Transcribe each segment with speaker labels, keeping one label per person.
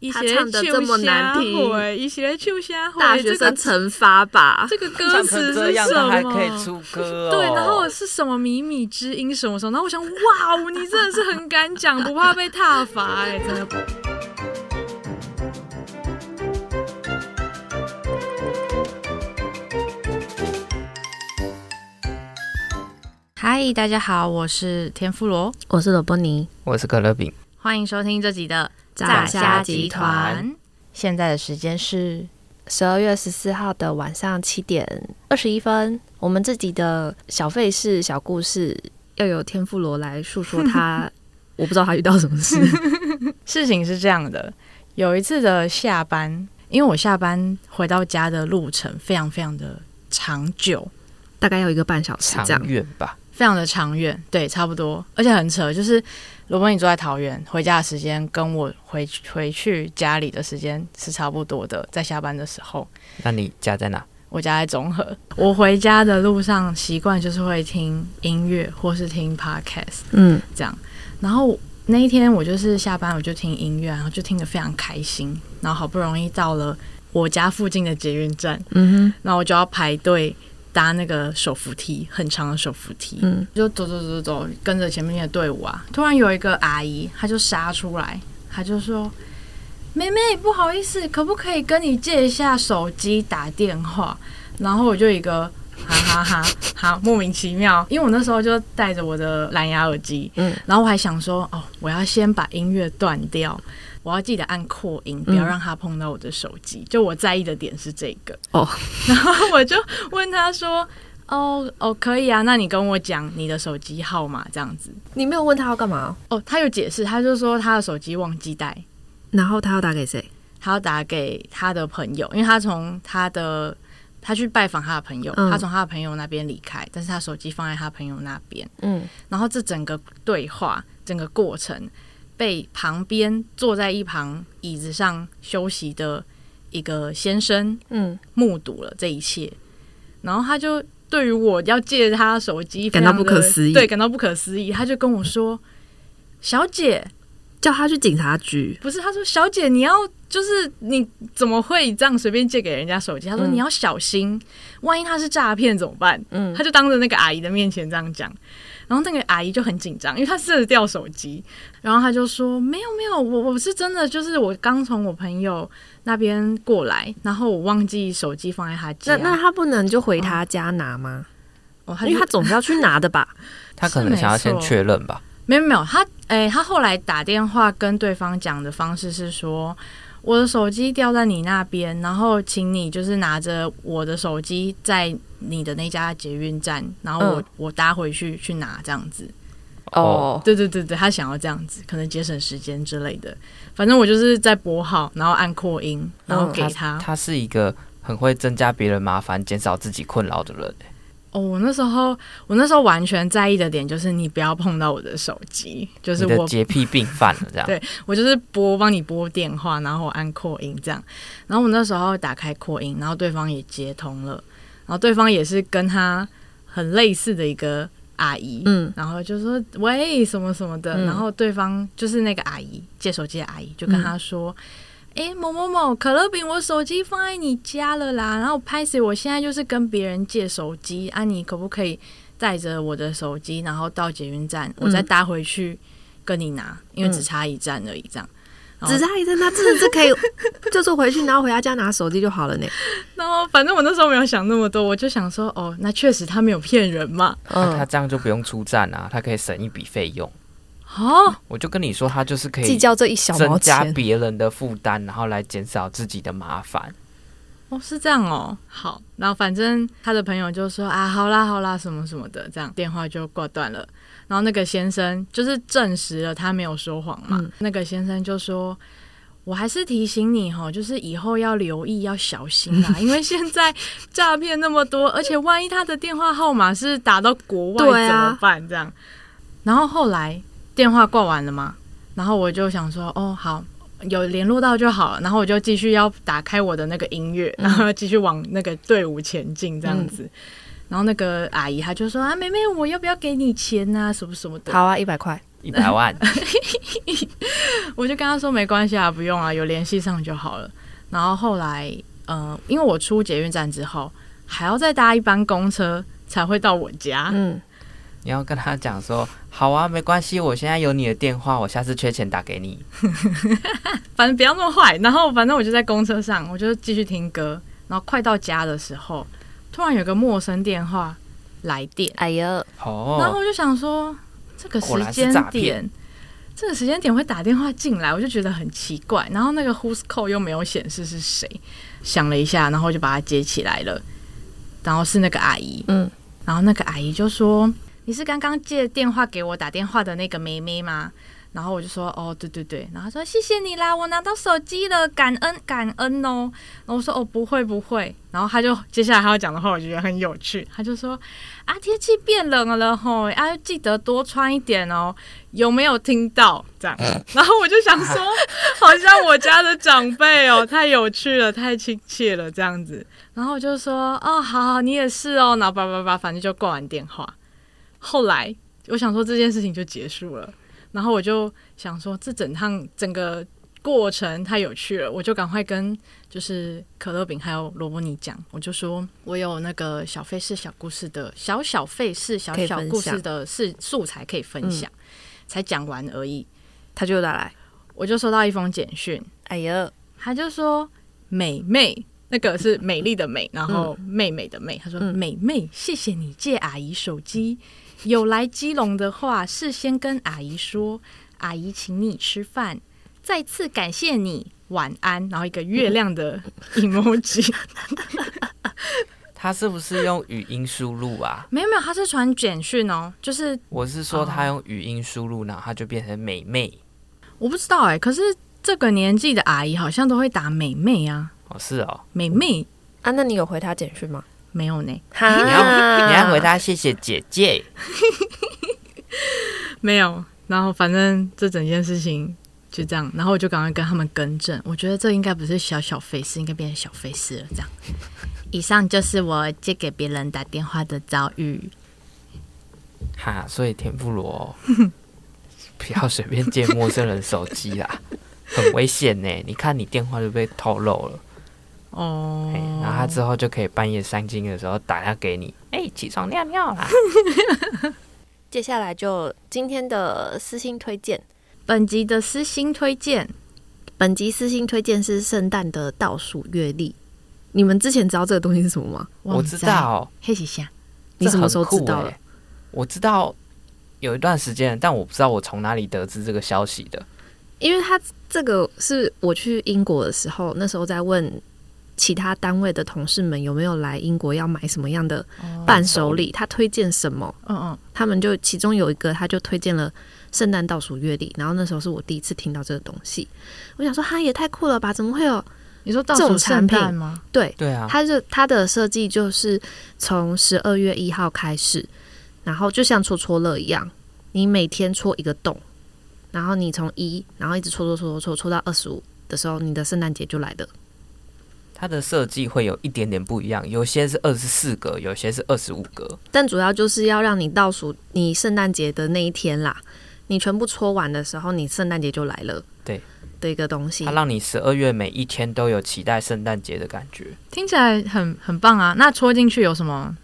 Speaker 1: 一
Speaker 2: 他
Speaker 1: 些
Speaker 2: 唱得这么难听
Speaker 1: 一些秋香回，
Speaker 2: 大学生惩罚吧。
Speaker 1: 这个这个歌
Speaker 3: 唱
Speaker 1: 词是
Speaker 3: 成这样
Speaker 1: 什
Speaker 3: 都
Speaker 1: 么？
Speaker 3: 还可以出歌哦。
Speaker 1: 对，然后是什么靡靡之音什么什么，然后我想，哇，哦你真的是很敢讲，不怕被踏伐哎、真的。嗨，大家好，我是田富罗，
Speaker 2: 我是罗伯尼，
Speaker 3: 我是可乐饼，
Speaker 1: 欢迎收听这集的
Speaker 2: 炸
Speaker 3: 虾集团。
Speaker 4: 现在的时间是十二月十四号的晚上七点二十一分。我们自己的小费事、小故事，要由天妇罗来诉说 他。我不知道他遇到什么 事，
Speaker 1: 事情是这样的，有一次的下班，因为我下班回到家的路程非常非常的长久，
Speaker 4: 大概要一个半小时
Speaker 3: 长
Speaker 4: 这样。
Speaker 3: 远吧，
Speaker 1: 非常的长远，对，差不多，而且很扯，就是罗伯你住在桃园，回家的时间跟我回回去家里的时间是差不多的，在下班的时候，
Speaker 3: 那你家在哪？
Speaker 1: 我家在中和，我回家的路上习惯就是会听音乐或是听 podcast，
Speaker 4: 嗯，
Speaker 1: 这样。然后那一天我就是下班我就听音乐，然后就听得非常开心，然后好不容易到了我家附近的捷运站，
Speaker 4: 嗯
Speaker 1: 然后我就要排队搭那个手扶梯，很长的手扶梯，
Speaker 4: 嗯，
Speaker 1: 就走走走走，跟着前面的队伍啊，突然有一个阿姨，她就杀出来，她就说。妹妹，不好意思，可不可以跟你借一下手机打电话？然后我就一个哈哈哈，好莫名其妙，因为我那时候就戴着我的蓝牙耳机，
Speaker 4: 嗯，
Speaker 1: 然后我还想说，哦，我要先把音乐断掉，我要记得按扩音，不要
Speaker 4: 嗯
Speaker 1: 让它碰到我的手机。就我在意的点是这个
Speaker 4: 哦，
Speaker 1: 然后我就问他说。哦哦，可以啊，那你跟我讲你的手机号码这样子。
Speaker 4: 你没有问他要干嘛，
Speaker 1: 哦，他有解释，他就说他的手机忘记带，
Speaker 4: 然后他要打给谁？
Speaker 1: 他要打给他的朋友，因为他从他的他去拜访他的朋友，
Speaker 4: 嗯
Speaker 1: 他从他的朋友那边离开，但是他手机放在他朋友那边，
Speaker 4: 嗯，
Speaker 1: 然后这整个对话整个过程被旁边坐在一旁椅子上休息的一个先生
Speaker 4: 嗯，
Speaker 1: 目睹了这一切，然后他就对于我要借他手机
Speaker 4: 感到
Speaker 1: 非常地
Speaker 4: 不可思议
Speaker 1: 对，感到不可思议，他就跟我说：“小姐，
Speaker 4: 叫他去警察局。
Speaker 1: 不是，他说小姐，你要就是你怎么会这样随便借给人家手机？他说
Speaker 4: 嗯
Speaker 1: 你要小心，万一他是诈骗怎么办？
Speaker 4: 嗯
Speaker 1: 他就当着那个阿姨的面前这样讲，然后那个阿姨就很紧张，因为她射得掉手机，然后她就说没有没有，我我是真的就是我刚从我朋友那边过来，然后我忘记手机放在他
Speaker 4: 那
Speaker 1: 家，
Speaker 4: 那他不能就回他家拿吗？
Speaker 1: 哦，他
Speaker 4: 啊哦因
Speaker 1: 就
Speaker 4: 为他总是要去拿的 吧？
Speaker 3: 他可能想要先确认吧。
Speaker 1: 没有没有，他哎、他后来打电话跟对方讲的方式是说，我的手机掉在你那边，然后请你就是拿着我的手机在你的那家捷运站，然后我、
Speaker 4: 嗯
Speaker 1: 我搭回去去拿这样子。
Speaker 3: 哦，
Speaker 1: 对对对对，他想要这样子，可能节省时间之类的。反正我就是在拨号，然后按扩音，然后给他。
Speaker 3: 他是一个很会增加别人麻烦、减少自己困扰的人。
Speaker 1: 哦，我那时候我那时候完全在意的点就是你不要碰到我的手机，就是
Speaker 3: 你
Speaker 1: 我
Speaker 3: 的洁癖病犯了，这样 啊
Speaker 1: 对我就是拨帮你拨电话，然后我按扩音这样。然后我那时候打开扩音，然后对方也接通了，然后对方也是跟他很类似的一个阿姨，
Speaker 4: 嗯，
Speaker 1: 然后就说喂什么什么的，
Speaker 4: 嗯
Speaker 1: 然后对方就是那个阿姨借手机的阿姨就跟他说。诶某某某，可乐饼，我手机放在你家了啦。然后拍谁？我现在就是跟别人借手机啊，你可不可以带着我的手机，然后到捷运站，我再搭回去跟你拿，因为只差一站而已。这样，哦
Speaker 4: 只是他一阵，他真的是 可以，就是回去，然后回他家拿手机就好了呢。
Speaker 1: 然后反正我那时候没有想那么多，我就想说，哦，那确实他没有骗人嘛。
Speaker 4: 啊
Speaker 3: 那他这样就不用出站啊，他可以省一笔费用。
Speaker 1: 哦，
Speaker 3: 我就跟你说，他就是可
Speaker 4: 计
Speaker 3: 以
Speaker 4: 较这一小毛
Speaker 3: 增加
Speaker 4: 钱，
Speaker 3: 别人的负担，然后来减少自己的麻烦。
Speaker 1: 哦，是这样哦。好，然后反正他的朋友就说啊，好啦好啦，什么什么的，这样电话就挂断了。然后那个先生就是证实了他没有说谎嘛。
Speaker 4: 嗯
Speaker 1: 那个先生就说。我还是提醒你哈，就是以后要留意，要小心 啦，因为现在诈骗那么多，而且万一他的电话号码是打到国外
Speaker 4: 对
Speaker 1: 怎
Speaker 4: 啊
Speaker 1: 么办？这样，然后后来电话挂完了嘛，然后我就想说，哦，好，有联络到就好了。然后我就继续要打开我的那个音乐，然后继续往那个队伍前进这样子。然后那个阿姨她就说啊，妹妹，我要不要给你钱啊，什么什么的。
Speaker 4: 好啊，一百块，
Speaker 3: 一百 万，
Speaker 1: 我就跟他说没关系啊，不用啊，有联系上就好了。然后后来，呃，因为我出捷运站之后，还要再搭一班公车才会到我家。
Speaker 4: 嗯，
Speaker 3: 你要跟他讲说，好啊，没关系，我现在有你的电话，我下次缺钱打给你。
Speaker 1: 反正不要那么坏。然后反正我就在公车上，我就继续听歌。然后快到家的时候，突然有个陌生电话来电，
Speaker 4: 哎呦，
Speaker 1: 然后
Speaker 3: 哦，
Speaker 1: 我就想说，这个
Speaker 3: 果
Speaker 1: 时
Speaker 3: 然是
Speaker 1: 间
Speaker 3: 诈
Speaker 1: 点
Speaker 3: 骗，
Speaker 1: 这个时间点会打电话进来，我就觉得很奇怪。然后那个 Who's Call 又没有显示是谁，想了一下，然后我就把它接起来了。然后是那个阿姨，
Speaker 4: 嗯，
Speaker 1: 然后那个阿姨就说：“你是刚刚借电话给我打电话的那个妹妹吗？”然后我就说：“哦，对对对。”然后她说：“谢谢你啦，我拿到手机了，感恩感恩哦。”然后我说：“哦，不会不会。”然后她就接下来她要讲的话，我觉得很有趣。她就说：“啊，天气变冷了吼，啊，记得多穿一点哦。”有没有听到？这样， 然后我就想 说，好像我家的长辈哦，太有趣了，太亲切了，这样子。然后我就说，哦，好好，你也是哦，然后叭叭叭，反正就挂完电话。后来我想说这件事情就结束了，然后我就想说这整趟整个过程太有趣了，我就赶快跟就是可乐饼还有罗伯尼讲，我就说我有那个小费事小故事的小小费事小
Speaker 4: 可以
Speaker 1: 小
Speaker 4: 分
Speaker 1: 故
Speaker 4: 享
Speaker 1: 事的事素材可以分享，才讲完而已，
Speaker 4: 他就打来，
Speaker 1: 我就收到一封简讯，
Speaker 4: 哎呦，
Speaker 1: 他就说美妹，那个是美丽的美，然后妹妹的妹。他说
Speaker 4: 嗯
Speaker 1: 美妹，谢谢你借阿姨手机，有来基隆的话，事先跟阿姨说，阿姨请你吃饭，再次感谢你，晚安。然后一个 月亮的 emoji，
Speaker 3: 他是不是用语音输 入啊？
Speaker 1: 没有没有，他是传简讯哦，就是
Speaker 3: 我是说他用语音输入，然后他就变成美妹。
Speaker 1: 我不知道哎、可是这个年纪的阿姨好像都会打美妹啊，
Speaker 3: 哦，是哦，
Speaker 1: 美妹
Speaker 4: 啊，那你有回他简讯吗？
Speaker 1: 没有呢，
Speaker 4: 哈
Speaker 3: 你
Speaker 4: 啊
Speaker 3: 要你要回他谢谢姐姐。
Speaker 1: 没有。然后反正这整件事情就这样，然后我就赶快跟他们更正，我觉得这应该不是小小费事，应该变成小费事了。这样， 以上就是我借给别人打电话的遭遇。
Speaker 3: 哈，所以天妇罗 不要随便借陌生人手机 啦，很危险呢。你看你电话就被透露了，
Speaker 1: 哦
Speaker 3: 哎、然后他之后就可以半夜三更的时候打电话给你，哎、起床尿尿啦。
Speaker 4: 接下来就今天的私信推荐，
Speaker 1: 本集的私心推荐，
Speaker 4: 本集私信推荐是圣诞的倒数月历。你们之前知道这个东西是什么吗？
Speaker 3: 我知，道，
Speaker 1: 嘿一下，
Speaker 4: 你
Speaker 3: 这
Speaker 4: 什么
Speaker 3: 很
Speaker 4: 时候知
Speaker 3: 酷
Speaker 4: 道
Speaker 3: 欸
Speaker 4: 的？
Speaker 3: 我知道有一段时间，但我不知道我从哪里得知这个消息的。
Speaker 4: 因为他这个是我去英国的时候，那时候在问其他单位的同事们有没有来英国要买什么样的哦伴手礼，他推荐什么，
Speaker 1: 嗯嗯，
Speaker 4: 他们就其中有一个他就推荐了圣诞倒数月历，然后那时候是我第一次听到这个东西，我想说哈也太酷了吧，怎么会有
Speaker 1: 你说倒
Speaker 4: 这
Speaker 1: 数
Speaker 4: 种
Speaker 1: 圣
Speaker 4: 产品
Speaker 1: 诞吗？
Speaker 4: 对
Speaker 3: 对啊，
Speaker 4: 它就它的设计就是从十二月一号开始，然后就像戳戳乐一样，你每天戳一个洞，然后你从一，然后一直戳戳戳戳戳戳到二十五的时候，你的圣诞节就来了。
Speaker 3: 它的设计会有一点点不一样，有些是二十四格，有些是二十五格。
Speaker 4: 但主要就是要让你倒数你圣诞节的那一天啦，你全部戳完的时候，你圣诞节就来了。
Speaker 3: 对
Speaker 4: 的一个东西
Speaker 3: 它，让你十二月每一天都有期待圣诞节的感觉。
Speaker 1: 听起来很很棒啊！那戳进去有什么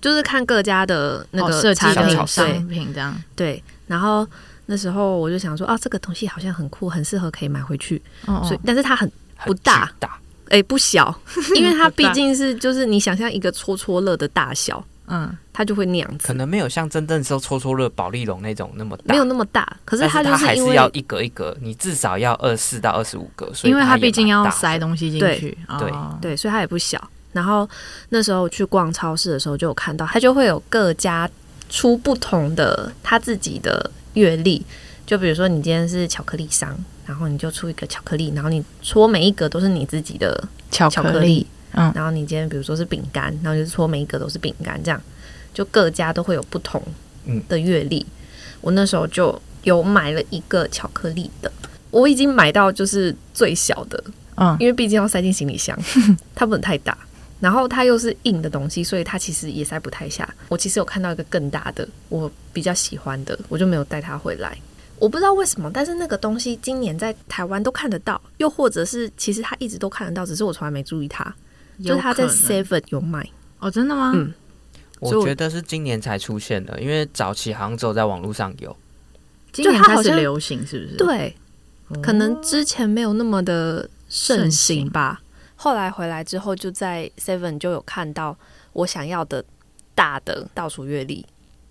Speaker 4: 就是看各家的那
Speaker 1: 哦设
Speaker 4: 个
Speaker 1: 计
Speaker 4: 产品
Speaker 1: 的
Speaker 3: 小巧思
Speaker 4: 对
Speaker 1: 商品这样？
Speaker 4: 对，然后。那时候我就想说，啊，这个东西好像很酷，很适合可以买回去。
Speaker 1: 哦
Speaker 4: 所以
Speaker 1: 哦，，
Speaker 4: 但是它很
Speaker 3: 很
Speaker 4: 不大
Speaker 3: 巨大，
Speaker 4: 哎、不 小，因为它
Speaker 1: 不
Speaker 4: 毕
Speaker 1: 大
Speaker 4: 竟是就是你想象一个戳戳乐的大小，
Speaker 1: 嗯，
Speaker 4: 它就会那样
Speaker 3: 可
Speaker 4: 子，
Speaker 3: 能没有像真正说戳戳乐、宝丽龙那种那么大，
Speaker 4: 没有那么大。可是
Speaker 3: 但
Speaker 4: 它
Speaker 3: 它
Speaker 4: 就
Speaker 3: 还
Speaker 4: 因
Speaker 3: 是
Speaker 4: 为
Speaker 3: 要一格一格，你至少要二四到二十五格，所以
Speaker 1: 因为
Speaker 3: 它
Speaker 1: 它毕竟要塞
Speaker 3: 塞
Speaker 1: 东西进
Speaker 4: 对
Speaker 1: 去，
Speaker 3: 对
Speaker 1: 哦，
Speaker 4: 对，所以它也不小。然后那时候去逛超市的时候就有看到，它就会有各家出不同的它自己的月历，就比如说你今天是巧克力商，然后你就出一个巧克力，然后你戳每一格都是你自己的
Speaker 1: 巧
Speaker 4: 巧
Speaker 1: 克
Speaker 4: 克
Speaker 1: 力
Speaker 4: 力，，
Speaker 1: 嗯
Speaker 4: 然后你今天比如说是饼干，然后就是说每一个都是饼干，这样就各家都会有不同
Speaker 3: 嗯
Speaker 4: 的阅历。我那时候就有买了一个巧克力的，我已经买到就是最小的，
Speaker 1: 嗯
Speaker 4: 因为毕竟要塞进行 李箱，它不能太大。然后它又是硬的东西，所以它其实也塞不太下。我其实有看到一个更大的，我比较喜欢的，我就没有带它回来。我不知道为什么，但是那个东西今年在台湾都看得到，又或者是其实它一直都看得到，只是我从来没注意它。就是它在
Speaker 1: 有可能
Speaker 4: Seven 有卖，
Speaker 1: 哦，真的吗？
Speaker 4: 嗯所以
Speaker 3: 我
Speaker 4: 我
Speaker 3: 觉得是今年才出现的，因为早期好像只有在网络上有。
Speaker 1: 今年
Speaker 4: 就它
Speaker 1: 开
Speaker 4: 好
Speaker 1: 始
Speaker 4: 像
Speaker 1: 流行是不是？
Speaker 4: 对，
Speaker 1: 哦，
Speaker 4: 可能之前没有那么的盛
Speaker 1: 盛
Speaker 4: 行
Speaker 1: 行
Speaker 4: 吧。后来回来之后，就在 Seven 就有看到我想要的大的倒数月历，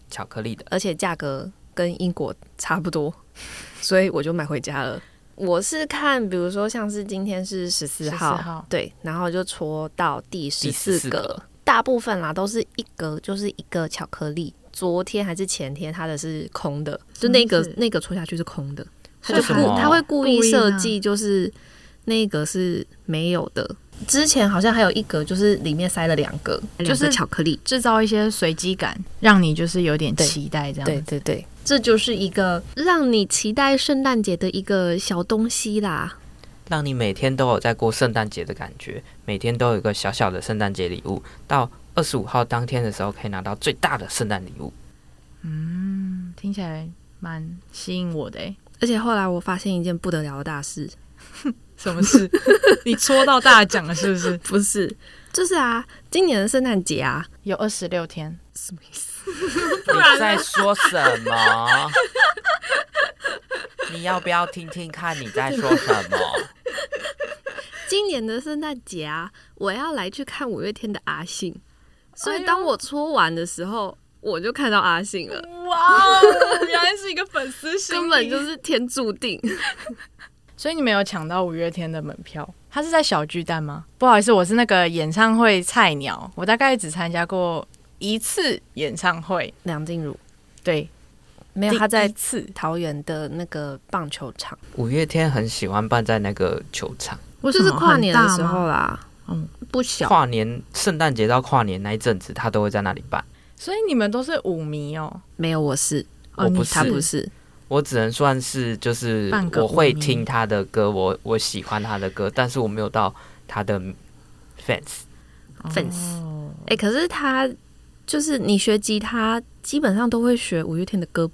Speaker 3: 巧克力的，
Speaker 4: 而且价格跟英国差不多， 所以我就买回家了。我是看，比如说像是今天是十四号，
Speaker 1: 14号
Speaker 4: 对，然后就戳到第十四
Speaker 3: 14
Speaker 4: 格
Speaker 3: 格，
Speaker 4: 大部分啦都是一格就是一个巧克力。昨天还是前天，它的是空的，就那个
Speaker 1: 什么意思
Speaker 4: 那个戳下去是空的，他
Speaker 1: 所以
Speaker 4: 就
Speaker 3: 为什
Speaker 4: 故
Speaker 3: 么
Speaker 4: 他会故意
Speaker 1: 故意
Speaker 4: 设
Speaker 1: 让
Speaker 4: 计，就是那一格是没有的。之前好像还有一格，就是里面塞了两个，
Speaker 1: 就是
Speaker 4: 两个巧克力。
Speaker 1: 制造一些随机感，让你就是有点
Speaker 4: 对
Speaker 1: 期待这样。
Speaker 4: 对，对对，这就是一个让你期待圣诞节的一个小东西啦。
Speaker 3: 让你每天都有在过圣诞节的感觉，每天都有一个小小的圣诞节礼物，到二十五号当天的时候可以拿到最大的圣诞礼物。
Speaker 1: 嗯，听起来蛮吸引我的欸诶。
Speaker 4: 而且后来我发现一件不得了的大事，
Speaker 1: 什么 事？你戳到大奖了是不是？
Speaker 4: 不是，就是啊，今年的圣诞节啊，
Speaker 1: 有二十六天，
Speaker 3: 你在说什么？ 你要不要听听看你在说什么？
Speaker 4: 今年的圣诞节啊，我要来去看五月天的阿信，所
Speaker 1: 哎
Speaker 4: 以
Speaker 1: 呦
Speaker 4: 当我搓完的时候，我就看到阿信了，
Speaker 1: 哇哦，原来是一个粉丝心
Speaker 4: 根本就是天注定。
Speaker 1: 所以你没有抢到五月天的门票，他是在小巨蛋吗？不好意思，我是那个演唱会菜鸟，我大概只参加过一次演唱会，
Speaker 4: 梁静茹
Speaker 1: 对，
Speaker 4: 没
Speaker 1: 第
Speaker 4: 有，他在
Speaker 1: 一次，
Speaker 4: 桃园的那个棒球场，
Speaker 3: 五月天很喜欢办在那个球场，
Speaker 1: 就
Speaker 4: 就是跨年的时候，啦。
Speaker 1: 嗯，
Speaker 4: 不小，
Speaker 3: 跨年、圣诞节到跨年那一阵子，他都会在那里办。
Speaker 1: 所以你们都是舞迷哦。
Speaker 4: 没有我是，
Speaker 1: 哦
Speaker 3: 我不
Speaker 1: 你
Speaker 3: 是
Speaker 4: 他不是，
Speaker 3: 我只能算是就是
Speaker 1: 半个
Speaker 3: 我会
Speaker 1: 舞迷
Speaker 3: 听他的歌，我我喜欢他的歌，但是我没有到他的 fans。
Speaker 4: 粉丝
Speaker 1: 哦
Speaker 4: 哎、可是他就是你学吉他，基本上都会学五月天的歌，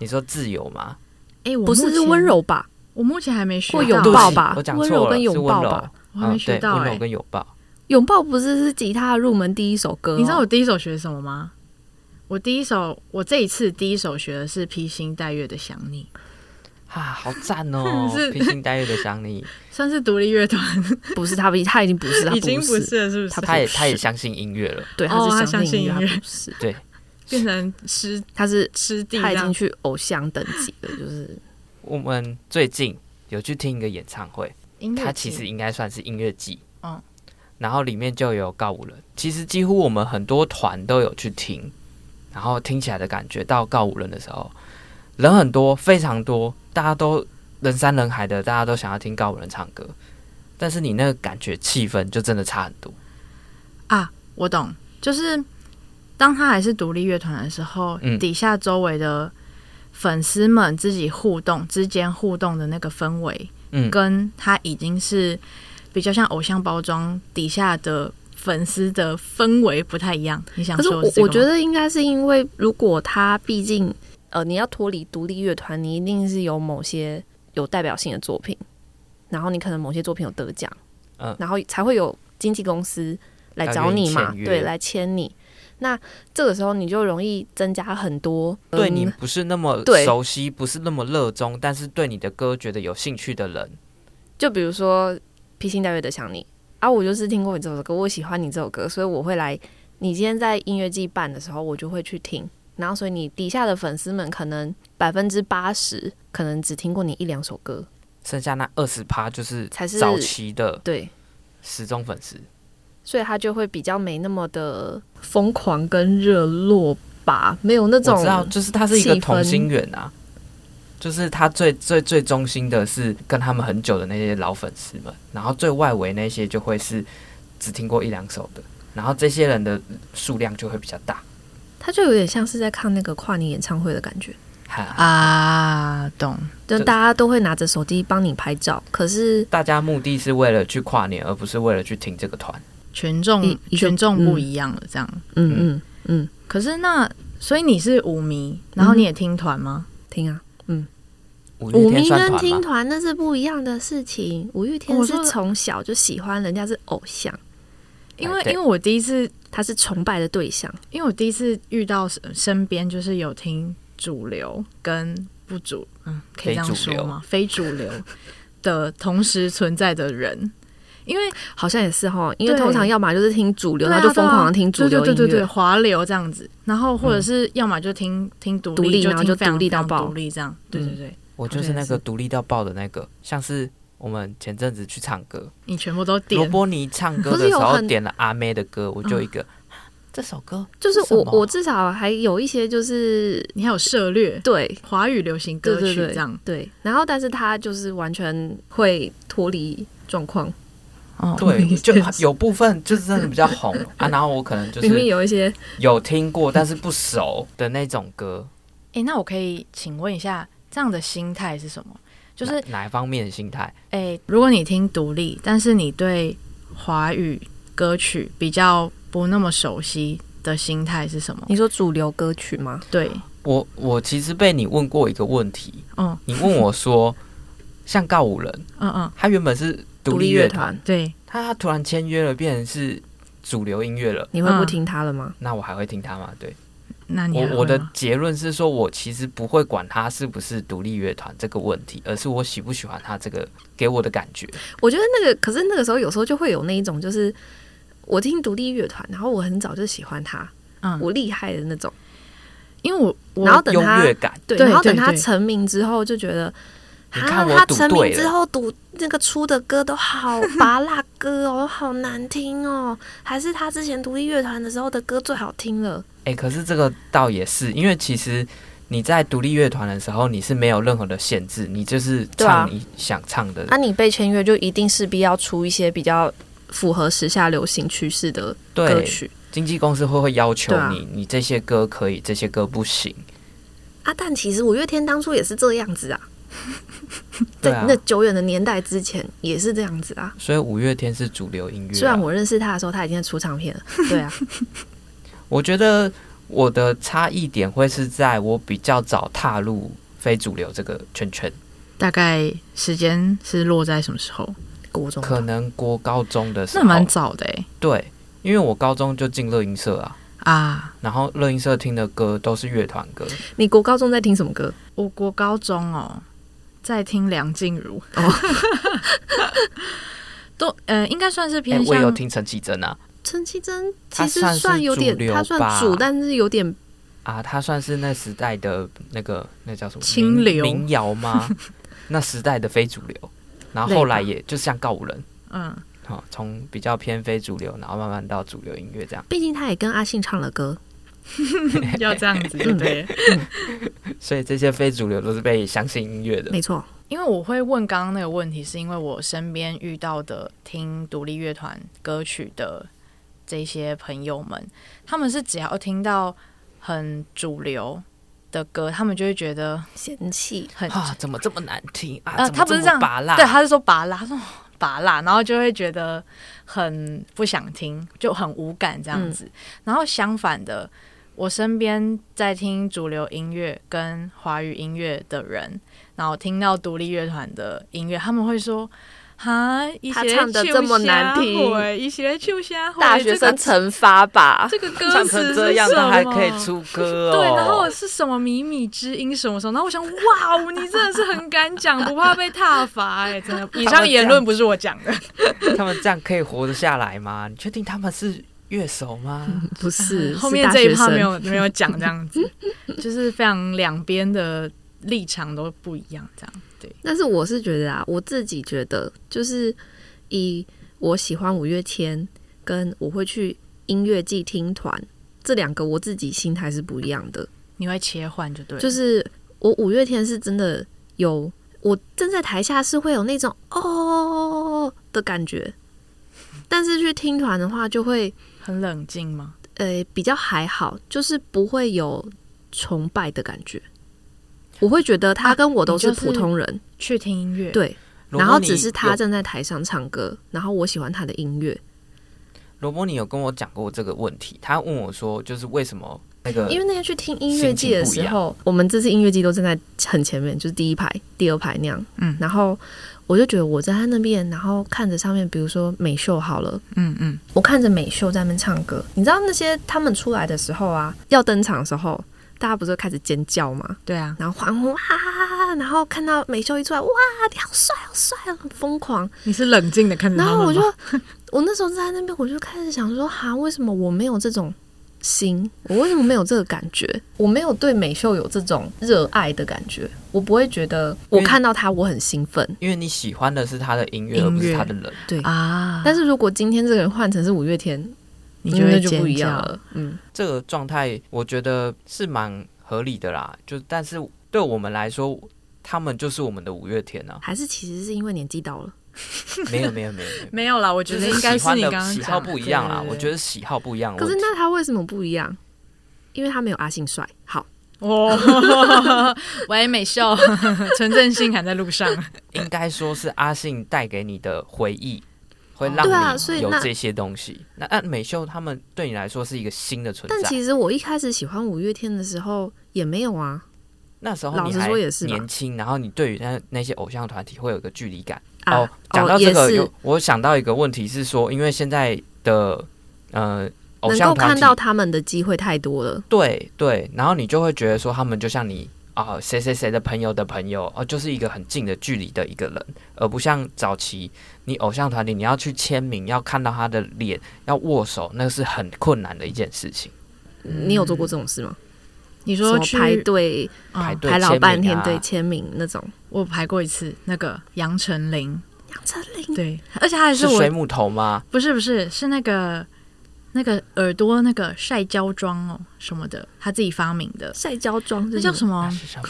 Speaker 3: 你说自由吗？
Speaker 1: 哎、我
Speaker 4: 不是
Speaker 1: 目前
Speaker 4: 是温，柔吧？
Speaker 1: 我目前还没学
Speaker 4: 或
Speaker 1: 到
Speaker 4: 拥
Speaker 3: 对不
Speaker 4: 抱
Speaker 3: 起
Speaker 4: 吧
Speaker 3: 我讲
Speaker 4: 温
Speaker 3: 错
Speaker 4: 柔
Speaker 3: 了，
Speaker 4: 跟
Speaker 3: 是
Speaker 4: 拥
Speaker 3: 温
Speaker 4: 抱
Speaker 3: 柔
Speaker 4: 吧，
Speaker 1: 我还没
Speaker 3: 嗯
Speaker 1: 学
Speaker 3: 对
Speaker 4: 啊
Speaker 1: 到
Speaker 3: 温
Speaker 1: 哎、
Speaker 3: 柔跟拥抱。
Speaker 4: 拥抱不是是吉他入门第一首歌哦、
Speaker 1: 你知道我第一首学什么吗？我第一首，我这一次第一首学的是披星戴月的想你，！
Speaker 3: 啊，好赞 哦
Speaker 1: 是
Speaker 3: 披星戴月的 想你，
Speaker 1: 算是独立乐团，
Speaker 4: 不是他，他已经不是，他
Speaker 1: 已经
Speaker 4: 不
Speaker 1: 不，是了，是不是？
Speaker 3: 他也
Speaker 4: 不是
Speaker 3: 他也相信音乐了，
Speaker 4: 对，
Speaker 1: 哦
Speaker 4: 他
Speaker 1: 他
Speaker 4: 是
Speaker 1: 相信
Speaker 4: 信
Speaker 1: 音
Speaker 4: 乐，
Speaker 1: 乐
Speaker 4: 他不是，
Speaker 3: 对，
Speaker 1: 变成师
Speaker 4: 他是
Speaker 1: 师弟这
Speaker 4: 他已经
Speaker 1: 样。
Speaker 4: 去偶像等级了，就是
Speaker 3: 我们最近有去听一个演唱会，
Speaker 1: 音乐
Speaker 3: 它
Speaker 1: 季
Speaker 3: 其实应该算是音乐季，
Speaker 1: 嗯，
Speaker 3: 然后里面就有告五人，其实几乎我们很多团都有去听，然后听起来的感觉到告五人的时候，人很多，非常多，大家都人山人海的，大家都想要听告五人唱歌，但是你那个感觉气氛就真的差很多，
Speaker 1: 我懂，就是当他还是独立乐团的时候，
Speaker 3: 嗯
Speaker 1: 底下周围的粉丝们自己互动之间互动的那个氛围，
Speaker 3: 嗯，
Speaker 1: 跟他已经是比较像偶像包装底下的粉丝的氛围不太一样。你想
Speaker 4: 可是
Speaker 1: 说
Speaker 4: 我
Speaker 1: 这个
Speaker 4: 我
Speaker 1: 吗
Speaker 4: 觉得应该是因为，如果他毕竟呃，你要脱离独立乐团，你一定是有某些有代表性的作品，然后你可能某些作品有得奖，
Speaker 3: 嗯
Speaker 4: 然后才会有经纪公司来找你
Speaker 3: 要
Speaker 4: 嘛
Speaker 3: 愿意，签约
Speaker 4: 对，来签你。那这个时候你就容易增加很多
Speaker 3: 对
Speaker 4: 嗯
Speaker 3: 你不是那么
Speaker 4: 对
Speaker 3: 熟悉，不是那么热衷，但是对你的歌觉得有兴趣的人，
Speaker 4: 就比如说披星戴月的想你啊，我就是听过你这首歌，我喜欢你这首歌，所以我会来。你今天在音乐季办的时候，我就会去听。然后，所以你底下的粉丝们可能百分之八十可能只听过你一两首歌，
Speaker 3: 剩下那二十趴就是
Speaker 4: 才是
Speaker 3: 早期的
Speaker 4: 对，
Speaker 3: 时钟粉丝。
Speaker 4: 所以他就会比较没那么的疯狂跟热络吧，没有那种
Speaker 3: 我知道，就是他是一个
Speaker 4: 气氛
Speaker 3: 同心圆啊，就是他最最最中心的是跟他们很久的那些老粉丝们，然后最外围那些就会是只听过一两首的，然后这些人的数量就会比较大。
Speaker 4: 他就有点像是在看那个跨年演唱会的感觉，
Speaker 3: 哈、
Speaker 1: 啊，懂
Speaker 4: 就
Speaker 3: 对
Speaker 4: 大家都会拿着手机帮你拍照，可是
Speaker 3: 大家目的是为了去跨年，而不是为了去听这个团。
Speaker 1: 群众
Speaker 4: 一一个
Speaker 1: 群众不一样了，这样。
Speaker 4: 嗯嗯嗯，
Speaker 3: 嗯
Speaker 1: 可是那所以你是舞迷，然后你也听团吗？
Speaker 4: 听啊，
Speaker 3: 五
Speaker 4: 五
Speaker 3: 月天
Speaker 4: 名
Speaker 3: 算
Speaker 4: 跟
Speaker 3: 团
Speaker 4: 听
Speaker 3: 吗？
Speaker 4: 团那是不一样的事情。五月天
Speaker 1: 我说
Speaker 4: 是哦从小就喜欢，人家是偶像，
Speaker 1: 因为
Speaker 3: 哎对
Speaker 1: 因为我第一次，
Speaker 4: 他是崇拜的对象。
Speaker 1: 因为我第一次遇到身身边就是有听主流跟不主，嗯，可以这样
Speaker 3: 非主
Speaker 1: 说
Speaker 3: 流
Speaker 1: 吗？非主流的同时存在的人，因为
Speaker 4: 好像也是哈，因为
Speaker 1: 对
Speaker 4: 通常要么就是听主流，
Speaker 1: 对啊
Speaker 4: 然后就疯狂的听主
Speaker 1: 对
Speaker 4: 流音乐，
Speaker 1: 对对对对，滑流这样子，然后或者是要么就听听独
Speaker 4: 嗯独立
Speaker 1: 就
Speaker 4: 然后
Speaker 1: 听
Speaker 4: 就
Speaker 1: 非常
Speaker 4: 独立到
Speaker 1: 非常
Speaker 4: 爆嗯
Speaker 1: 独立这样，对对对，
Speaker 3: 我就是那个独立到爆的那个，像是我们前阵子去唱歌，
Speaker 1: 你全部都点
Speaker 3: 罗，波尼唱歌
Speaker 4: 不是
Speaker 3: 的时
Speaker 4: 有
Speaker 3: 候
Speaker 4: 很
Speaker 3: 点了阿妹的歌，我就一个、这首歌
Speaker 4: 就是
Speaker 3: 是什
Speaker 4: 我
Speaker 3: 么
Speaker 4: 我至少还有一些就是
Speaker 1: 你还有涉略
Speaker 4: 对
Speaker 1: 华语流行歌
Speaker 4: 对对
Speaker 1: 曲
Speaker 4: 对
Speaker 1: 这样，
Speaker 4: 对，然后但是他就是完全会脱离状况，
Speaker 1: 哦
Speaker 3: 对，就有部分就是真的比较红啊，然后我可能就
Speaker 4: 明明
Speaker 3: 是
Speaker 4: 有一些
Speaker 3: 有听过，但是不熟的那种歌，
Speaker 1: 哎，那我可以请问一下，这样的心态是什么？就是
Speaker 3: 哪哪一方面的心态？
Speaker 1: 诶，如果你听独立，但是你对华语歌曲比较不那么熟悉的心态是什么？
Speaker 4: 你说主流歌曲吗？
Speaker 1: 对，
Speaker 3: 我我其实被你问过一个问题，
Speaker 1: 嗯
Speaker 3: 你问我说，像告五人，
Speaker 1: 嗯嗯，
Speaker 3: 他原本是独
Speaker 4: 独
Speaker 3: 立
Speaker 4: 立
Speaker 3: 乐
Speaker 4: 乐
Speaker 3: 团，
Speaker 4: 团，
Speaker 1: 对，
Speaker 3: 他突然签约了，变成是主流音乐了，
Speaker 4: 你会不
Speaker 1: 嗯
Speaker 4: 听他了吗？
Speaker 3: 那我还会听他吗？对
Speaker 1: 那你
Speaker 3: 我
Speaker 1: 还
Speaker 3: 我
Speaker 1: 会
Speaker 3: 的
Speaker 1: 吗
Speaker 3: 结论是说，我其实不会管他是不是独立乐团这个问题，而是我喜不喜欢他这个给我的感觉。
Speaker 4: 我觉得那个，可是那个时候有时候就会有那一种，就是我听独立乐团，然后我很早就喜欢他，
Speaker 1: 嗯，
Speaker 4: 我厉害的那种，
Speaker 1: 因为我我
Speaker 4: 然后等
Speaker 3: 优
Speaker 4: 他
Speaker 3: 越感，
Speaker 4: 对，
Speaker 1: 对
Speaker 4: 然后等
Speaker 1: 对
Speaker 4: 他
Speaker 1: 对
Speaker 4: 成名之后就觉得，
Speaker 3: 你
Speaker 4: 啊，
Speaker 3: 看我
Speaker 4: 他
Speaker 3: 赌
Speaker 4: 成
Speaker 3: 对
Speaker 4: 名
Speaker 3: 了
Speaker 4: 之后赌那个出的歌都好拔辣歌哦，好难听哦，还是他之前独立乐团的时候的歌最好听了。
Speaker 3: 哎、可是这个倒也是，因为其实你在独立乐团的时候，你是没有任何的限制，你就是
Speaker 4: 对啊
Speaker 3: 唱你想唱的。
Speaker 4: 啊，你被签约就一定势必要出一些比较符合时下流行趋势的歌
Speaker 3: 对，
Speaker 4: 曲
Speaker 3: 经纪公司会会要求
Speaker 4: 对啊
Speaker 3: 你，你这些歌可以，这些歌不行。
Speaker 4: 啊。但其实五月天当初也是这样子啊，
Speaker 3: 对
Speaker 4: 在
Speaker 3: 啊
Speaker 4: 那，久远的年代之前也是这样子啊。
Speaker 3: 所以五月天是主流音乐啊、
Speaker 4: 虽然我认识他的时候，他已经在出唱片了，对啊，
Speaker 3: 我觉得我的差异点会是在我比较早踏入非主流这个圈圈，
Speaker 1: 大概时间是落在什么时候？
Speaker 4: 国中吧
Speaker 3: 可能国高中的时
Speaker 1: 那
Speaker 3: 候，
Speaker 1: 蛮早的哎、
Speaker 3: 对，因为我高中就进乐音社啊，
Speaker 1: 啊！
Speaker 3: 然后乐音社听的歌都是乐团歌，
Speaker 4: 你国高中在听什么歌？
Speaker 1: 我国高中哦，在听梁静茹哦， 都呃，应该算是
Speaker 3: 哎、
Speaker 1: 偏
Speaker 3: 我
Speaker 1: 向、
Speaker 3: 也有听陈绮贞啊，
Speaker 4: 陈绮贞
Speaker 3: 她
Speaker 4: 其实
Speaker 3: 算是
Speaker 4: 有点
Speaker 3: 主，流
Speaker 4: 她
Speaker 3: 吧
Speaker 4: 算主，但是有点
Speaker 3: 啊，她算是那时代的那个那叫什么
Speaker 1: 清
Speaker 3: 民
Speaker 1: 流
Speaker 3: 民谣 吗？那时代的非主流，然后后来也就像告五人。
Speaker 1: 嗯，
Speaker 3: 好，从比较偏非主流，然后慢慢到主流音乐这样。
Speaker 4: 毕竟他也跟阿信唱了歌，
Speaker 1: 要这样子就 对了。
Speaker 3: 所以这些非主流都是被相信音乐的。
Speaker 4: 没错。
Speaker 1: 因为我会问刚刚那个问题，是因为我身边遇到的听独立乐团歌曲的这些朋友们，他们是只要听到很主流的歌，他们就会觉得
Speaker 4: 嫌弃
Speaker 1: 很
Speaker 3: 啊，怎么这么难听啊？
Speaker 1: 呃
Speaker 3: 怎么
Speaker 1: 他不是这样
Speaker 3: 拔辣，
Speaker 1: 对，他是说拔辣，他说拔辣，然后就会觉得很不想听，就很无感这样子。然后相反的，我身边在听主流音乐跟华语音乐的人，然后听到独立乐团的音乐，他们会说。哈，一
Speaker 4: 他
Speaker 1: 些
Speaker 4: 唱得这么难听
Speaker 1: 一些就瞎回
Speaker 2: 大学生惩罚吧，
Speaker 1: 这个歌
Speaker 3: 唱
Speaker 1: 词
Speaker 3: 成
Speaker 1: 是
Speaker 3: 这样，
Speaker 1: 什
Speaker 3: 他还
Speaker 1: 么
Speaker 3: 可以出歌哦。
Speaker 1: 对，然后是什么靡靡之音什么什么，然后我想，哇，你真的是很敢讲，不怕被踏伐哎、真 的。以上言论不是我讲的，
Speaker 3: 他们这样可以活得下来吗？你确定他们是乐手吗？
Speaker 1: 嗯
Speaker 4: 不 是
Speaker 1: 后面这一趴没
Speaker 4: 有
Speaker 1: 有没有讲这样子，就是非常两边的立场都不一样这样。
Speaker 4: 但是我是觉得啊，我自己觉得就是以我喜欢五月天跟我会去音乐季听团这两个，我自己心态是不一样的。
Speaker 1: 你会切换就对了，
Speaker 4: 就是我五月天是真的有，我站在台下是会有那种哦的感觉，但是去听团的话就会
Speaker 1: 很冷静吗？
Speaker 4: 呃比较还好，就是不会有崇拜的感觉。我会觉得他跟我都是普通人，
Speaker 1: 去听音乐，
Speaker 4: 对，
Speaker 3: 罗
Speaker 4: 然
Speaker 3: 伯
Speaker 4: 后
Speaker 3: 尼
Speaker 4: 只是他
Speaker 3: 有
Speaker 4: 站在台上唱歌，然后我喜欢他的音乐，
Speaker 3: 罗伯尼有跟我讲过这个问题，他问我说，就是为什么那个
Speaker 4: 因为那天去听音乐季的时候，我们这次音乐季都站在很前面，就是第一排、第二排那样。
Speaker 1: 嗯
Speaker 4: 然后我就觉得我站在那边，然后看着上面，比如说美秀好了，
Speaker 1: 嗯嗯，
Speaker 4: 我看着美秀在那边唱歌，你知道那些他们出来的时候啊，要登场的时候，大家不是会开始尖叫吗？
Speaker 1: 对啊，
Speaker 4: 然后欢呼啊，然后看到美秀一出来，哇，你好帅，好帅，很疯狂。
Speaker 1: 你是冷静的看着
Speaker 3: 嗯
Speaker 4: 然
Speaker 1: 他们
Speaker 4: 后
Speaker 1: 吗
Speaker 4: 我就， 我那时候在那边，我就开始想说，哈，为什么我没有这种心？我为什么没有这个感觉？我没有对美秀有这种热爱的感觉，我不会觉得我看到她我很兴奋。
Speaker 3: 因为你喜欢的是他的音乐，
Speaker 1: 音乐
Speaker 3: 而不是他的人。
Speaker 4: 对，
Speaker 1: 啊，
Speaker 4: 但是如果今天这个人换成是五月天，
Speaker 1: 你
Speaker 4: 嗯那
Speaker 1: 会
Speaker 4: 就
Speaker 1: 尖
Speaker 4: 不一样
Speaker 1: 叫。
Speaker 4: 了。嗯，。
Speaker 3: 这个状态我觉得是蛮合理的啦。就但是对我们来说，他们就是我们的五月天啊
Speaker 4: 还是其实是因为年纪到了。
Speaker 3: 没有没有没有没有，
Speaker 1: 没有 啦，我觉
Speaker 3: 就
Speaker 1: 得应该
Speaker 3: 喜欢
Speaker 1: 你
Speaker 3: 的
Speaker 1: 刚刚
Speaker 3: 喜
Speaker 1: 讲
Speaker 3: 好不一样啦。啊我觉
Speaker 1: 得
Speaker 3: 得喜好不一样的
Speaker 4: 可
Speaker 3: 问
Speaker 4: 是
Speaker 3: 题。
Speaker 4: 那他为什么不一样？因为他没有阿信帅。好，
Speaker 1: 哦，喂，美秀， 陈振兴还在路上。
Speaker 3: 应该说是阿信带给你的回忆，会
Speaker 1: 对啊
Speaker 3: 让
Speaker 4: 所
Speaker 3: 你
Speaker 4: 以
Speaker 3: 有
Speaker 4: 那
Speaker 3: 这些东西。那那美秀他们对你来说是一个新的存
Speaker 4: 但
Speaker 3: 在。
Speaker 4: 其实我一开始喜欢五月天的时候也没有啊。
Speaker 3: 那时候
Speaker 4: 老
Speaker 3: 你
Speaker 4: 实
Speaker 3: 还
Speaker 4: 说也是吧
Speaker 3: 年轻，然后你对于那那些偶像团体会有一个距离感。
Speaker 4: 啊
Speaker 3: 哦，讲到这
Speaker 4: 也
Speaker 3: 个，
Speaker 4: 是
Speaker 3: 有我想到一个问题是说，因为现在的呃偶
Speaker 4: 能
Speaker 3: 像
Speaker 4: 够
Speaker 3: 团
Speaker 4: 看
Speaker 3: 体
Speaker 4: 到他们的机会太多了。
Speaker 3: 对对，然后你就会觉得说，他们就像你啊，谁谁谁的朋友的朋友，哦、就是一个很近的距离的一个人，而不像早期你偶像团体，你要去签名，要看到他的脸，要握手，那是很困难的一件事情。
Speaker 4: 你有做过这种事吗？
Speaker 1: 你
Speaker 4: 什
Speaker 1: 说
Speaker 4: 么
Speaker 1: 去
Speaker 4: 排队
Speaker 1: 哦
Speaker 3: 排队
Speaker 4: 排老半天，
Speaker 3: 签名
Speaker 4: 对
Speaker 3: 啊
Speaker 4: 签名那种。
Speaker 1: 我排过一次那个杨丞琳，
Speaker 4: 杨丞琳
Speaker 1: 对，而且他还
Speaker 3: 是
Speaker 1: 我
Speaker 3: 水母头吗？
Speaker 1: 不是不是是那个那个耳朵那个晒胶装哦什么的，他自己发明的，
Speaker 4: 晒胶妆，
Speaker 1: 那叫什
Speaker 3: 那
Speaker 1: 么？
Speaker 3: 是什么？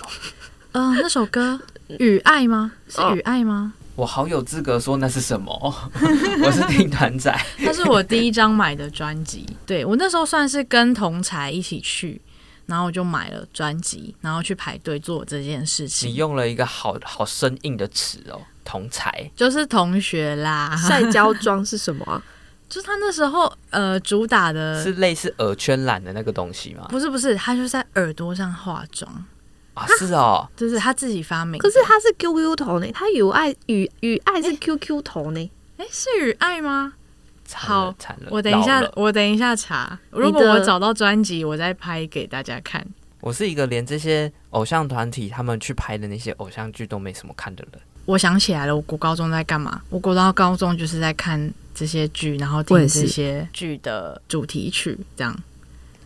Speaker 1: 呃，那首歌《 雨爱》吗？是
Speaker 4: 哦
Speaker 1: 《雨爱》吗？
Speaker 3: 我好有资格说那是什么？ 我是听团仔，
Speaker 1: 它是我第一张买的专辑，对我那时候算是跟同才一起去，然后我就买了专辑，然后去排队做这件事
Speaker 3: 你
Speaker 1: 情，
Speaker 3: 用了一个好好生硬的词哦，同才。
Speaker 1: 就是同学啦，
Speaker 4: 晒胶妆是什么啊？
Speaker 1: 就是他那时候呃主打的
Speaker 3: 是类似耳圈染的那个东西吗？
Speaker 1: 不是不是，他就在耳朵上化妆，
Speaker 3: 啊，是哦，
Speaker 1: 就是他自己发明的。
Speaker 4: 可是它是 QQ 头呢，它有爱与与爱是 QQ 头呢。
Speaker 1: 哎、是雨爱吗？
Speaker 3: 惨
Speaker 1: 好
Speaker 3: 了惨了，
Speaker 1: 我等一
Speaker 3: 老
Speaker 1: 下
Speaker 3: 了，
Speaker 1: 我等一下查。如果我找到专辑，我再拍给大家看。
Speaker 3: 我是一个连这些偶像团体他们去拍的那些偶像剧都没什么看的人。
Speaker 1: 我想起来了，我国高中在干嘛？我国到高中就是在看这些剧，然后
Speaker 4: 我
Speaker 1: 听
Speaker 4: 也是
Speaker 1: 这些剧的主题曲，这样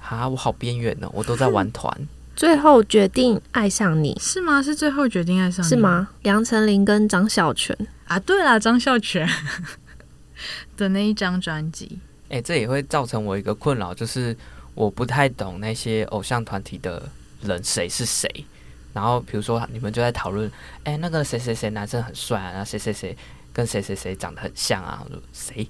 Speaker 3: 啊，我好边缘哦，我都在玩团。
Speaker 4: 最后决定爱上你
Speaker 1: 是吗？是最后决定爱上你
Speaker 4: 是吗？杨丞琳跟张小泉，
Speaker 1: 啊，对啦，张孝全 的那一张专辑，
Speaker 3: 哎、这也会造成我一个困扰，就是我不太懂那些偶像团体的人谁是谁。然后比如说你们就在讨论，哎、那个谁谁谁男生很帅啊，然后谁谁谁跟谁谁谁长得很像啊，我说谁？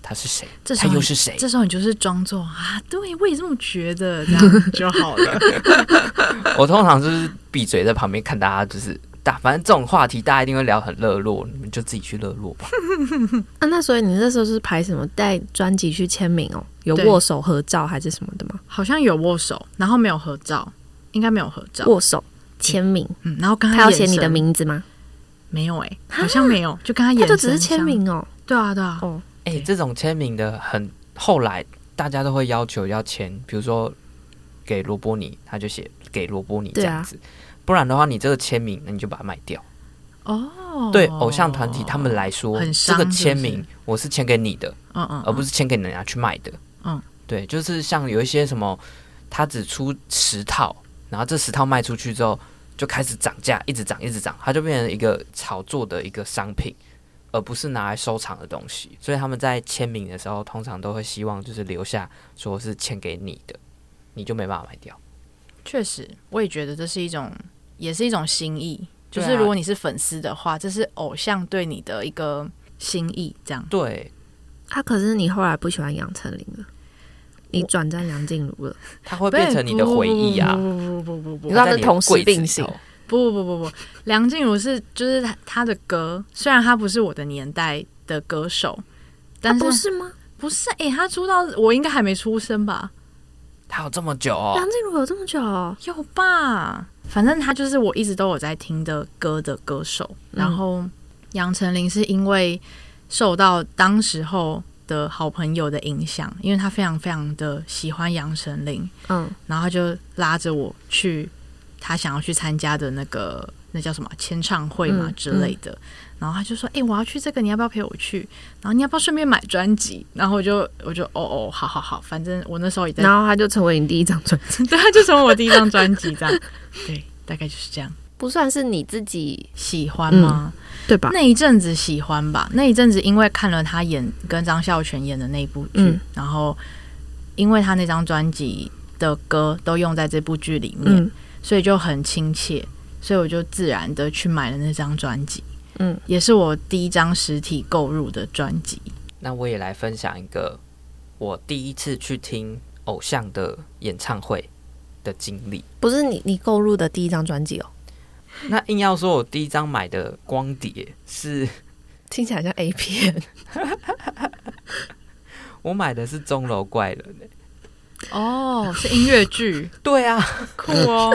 Speaker 3: 他是谁？
Speaker 1: 这时
Speaker 3: 他
Speaker 1: 候
Speaker 3: 又
Speaker 1: 你
Speaker 3: 是谁？
Speaker 1: 这时候你就是装作啊，对我也这么觉得，这样就好 了。
Speaker 3: 我通常就是闭嘴在旁边看大家，就是大，反正这种话题大家一定会聊很热络，你们就自己去热络吧。
Speaker 4: 啊，那所以你那时候是排什么带专辑去签名哦？有
Speaker 1: 对
Speaker 4: 握手合照还是什么的吗？
Speaker 1: 好像有握手，然后没有合照，应该没有合照。
Speaker 4: 握手签名，
Speaker 1: 嗯，然后跟
Speaker 4: 他要
Speaker 1: 眼
Speaker 4: 写你的
Speaker 1: 神，
Speaker 4: 名字吗？
Speaker 1: 没有哎、好像没有，就跟他眼
Speaker 4: 他
Speaker 1: 神
Speaker 4: 就只是
Speaker 1: 相
Speaker 4: 签。名哦。
Speaker 1: 对啊，对啊，
Speaker 4: 哦
Speaker 3: 哎、这种签名的很后来大家都会要求要签，比如说给罗伯尼，他就写给罗伯尼这
Speaker 4: 对啊
Speaker 3: 样子，不然的话你这个签名那你就把它卖掉。
Speaker 1: 哦，
Speaker 3: 对偶像团体他们来说，
Speaker 1: 很
Speaker 3: 这
Speaker 1: 伤
Speaker 3: 个签
Speaker 1: 是
Speaker 3: 名
Speaker 1: 不
Speaker 3: 我是签给你的，
Speaker 1: 嗯嗯，
Speaker 3: 而不是签给人家去卖的。
Speaker 1: 嗯，
Speaker 3: 对，就是像有一些什么，他只出十套，然后这十套卖出去之后就开始涨价，一直涨，一直涨，它就变成一个炒作的一个商品，而不是拿来收藏的东西。所以他们在签名的时候，通常都会希望就是留下说是签给你的，你就没办法卖掉。
Speaker 1: 确实，我也觉得这是一种，也是一种心意。就
Speaker 3: 对啊
Speaker 1: 是如果你是粉丝的话，这是偶像对你的一个心意，这样。
Speaker 3: 对
Speaker 4: 啊，可是你后来不喜欢杨丞琳了，你转战梁静茹了。
Speaker 3: 它会变成你的回忆啊！
Speaker 1: 不不不不不
Speaker 4: 你知道
Speaker 3: 在
Speaker 4: 这
Speaker 3: 你的
Speaker 4: 同时
Speaker 3: 柜子
Speaker 4: 并行
Speaker 3: 里头
Speaker 1: 不不不不，梁静茹是就是她她的歌，虽然她不是我的年代的歌手，但
Speaker 4: 啊
Speaker 1: 是
Speaker 4: 不是吗？
Speaker 1: 不是哎、她出道我应该还没出生吧？
Speaker 3: 他有这么久哦
Speaker 4: 梁，静茹有这么久哦？
Speaker 1: 有吧？反正他就是我一直都有在听的歌的歌手。
Speaker 4: 嗯
Speaker 1: 然后杨丞琳是因为受到当时候的好朋友的影响，因为他非常非常的喜欢杨丞琳，
Speaker 4: 嗯，
Speaker 1: 然后他就拉着我去他想要去参加的那个那叫什么签唱会嘛
Speaker 4: 嗯
Speaker 1: 之类的。然后他就说：“哎、我要去这个，你要不要陪我去？然后你要不要顺便买专辑？”然后我就我就哦哦，好好好，反正我那时候也在
Speaker 4: 然后他就成为你第一张专辑，
Speaker 1: 对，他就成为我第一张专辑这 样。对，大概就是这样。嗯
Speaker 4: 不算是你自己
Speaker 1: 喜欢吗？
Speaker 4: 对吧？
Speaker 1: 那一阵子喜欢吧。那一阵子因为看了他演跟张孝全演的那一部剧，
Speaker 4: 嗯
Speaker 1: 然后因为他那张专辑的歌都用在这部剧里面，
Speaker 4: 嗯
Speaker 1: 所以就很亲切，所以我就自然的去买了那张专辑。
Speaker 4: 嗯，
Speaker 1: 也是我第一张实体购入的专辑。
Speaker 3: 那我也来分享一个我第一次去听偶像的演唱会的经历。
Speaker 4: 不是你你购入的第一张专辑哦，
Speaker 3: 那硬要说我第一张买的光碟是
Speaker 4: 听起来像 A 片，
Speaker 3: 我买的是钟楼怪人、欸，
Speaker 1: 哦，是音乐剧，
Speaker 3: 对啊，
Speaker 1: 酷哦！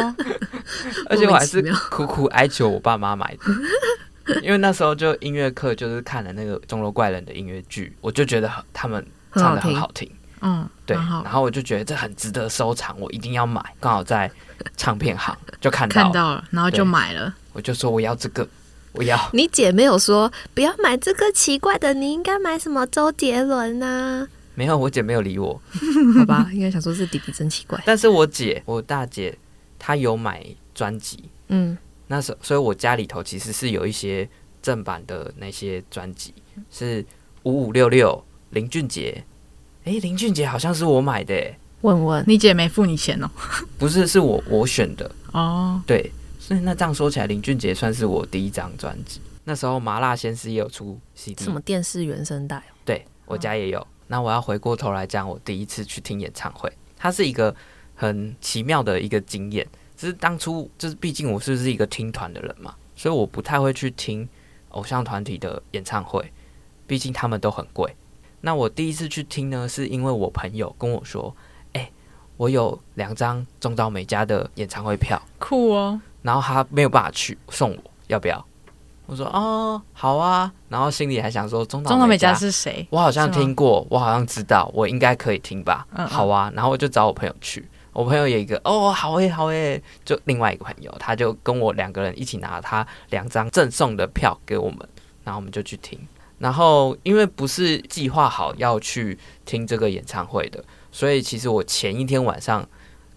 Speaker 3: 而且我还
Speaker 4: 莫
Speaker 3: 是
Speaker 4: 名其妙
Speaker 3: 苦苦哀求我爸妈买的，因为那时候就音乐课就是看了那个《钟楼怪人》的音乐剧，我就觉得很他们唱的很好听，
Speaker 1: 嗯，
Speaker 3: 对，
Speaker 1: 蛮好
Speaker 3: 然后我就觉得这很值得收藏，我一定要买。刚好在唱片行就看到，
Speaker 1: 看到了，然后就
Speaker 3: 对
Speaker 1: 买了。
Speaker 3: 我就说我要这个，我要。
Speaker 4: 你姐没有说不要买这个奇怪的，你应该买什么周杰伦啊呐、
Speaker 3: 没有，我姐没有理我，
Speaker 4: 好吧，应该想说是弟弟真奇怪。
Speaker 3: 但是我姐，我大姐，她有买专辑，
Speaker 4: 嗯，
Speaker 3: 那时候，所以我家里头其实是有一些正版的那些专辑，是五五六六林俊杰。诶，林俊杰好像是我买的、诶
Speaker 4: 问问
Speaker 1: 你姐没付你钱哦？
Speaker 3: 不是，是我我选的。
Speaker 1: 哦，
Speaker 3: 对，所以那这样说起来，林俊杰算是我第一张专辑。那时候麻辣鲜师也有出 CD，
Speaker 4: 什么电视原声带哦？
Speaker 1: 嗯
Speaker 3: 对我家也有。那我要回过头来讲，我第一次去听演唱会，它是一个很奇妙的一个经验。就是当初就是毕竟我是是一个听团的人嘛，所以我不太会去听偶像团体的演唱会，毕竟他们都很贵。那我第一次去听呢，是因为我朋友跟我说：“哎、我有两张中岛美嘉的演唱会票，
Speaker 1: 酷哦！
Speaker 3: 然后他没有办法去，送我要不要？”我说：“哦，好啊。”然后心里还想说：“中岛
Speaker 1: 中岛美
Speaker 3: 嘉
Speaker 1: 嘉是谁？
Speaker 3: 我好像
Speaker 1: 是吗
Speaker 3: 听过，我好像知道，我应该可以听吧？
Speaker 1: 嗯嗯
Speaker 3: 好啊，然后我就找我朋友去，我朋友有一个哦，好诶、好诶、就另外一个朋友，他就跟我两个人一起拿他两张赠送的票给我们，然后我们就去听。然后因为不是计划好要去听这个演唱会的，所以其实我前一天晚上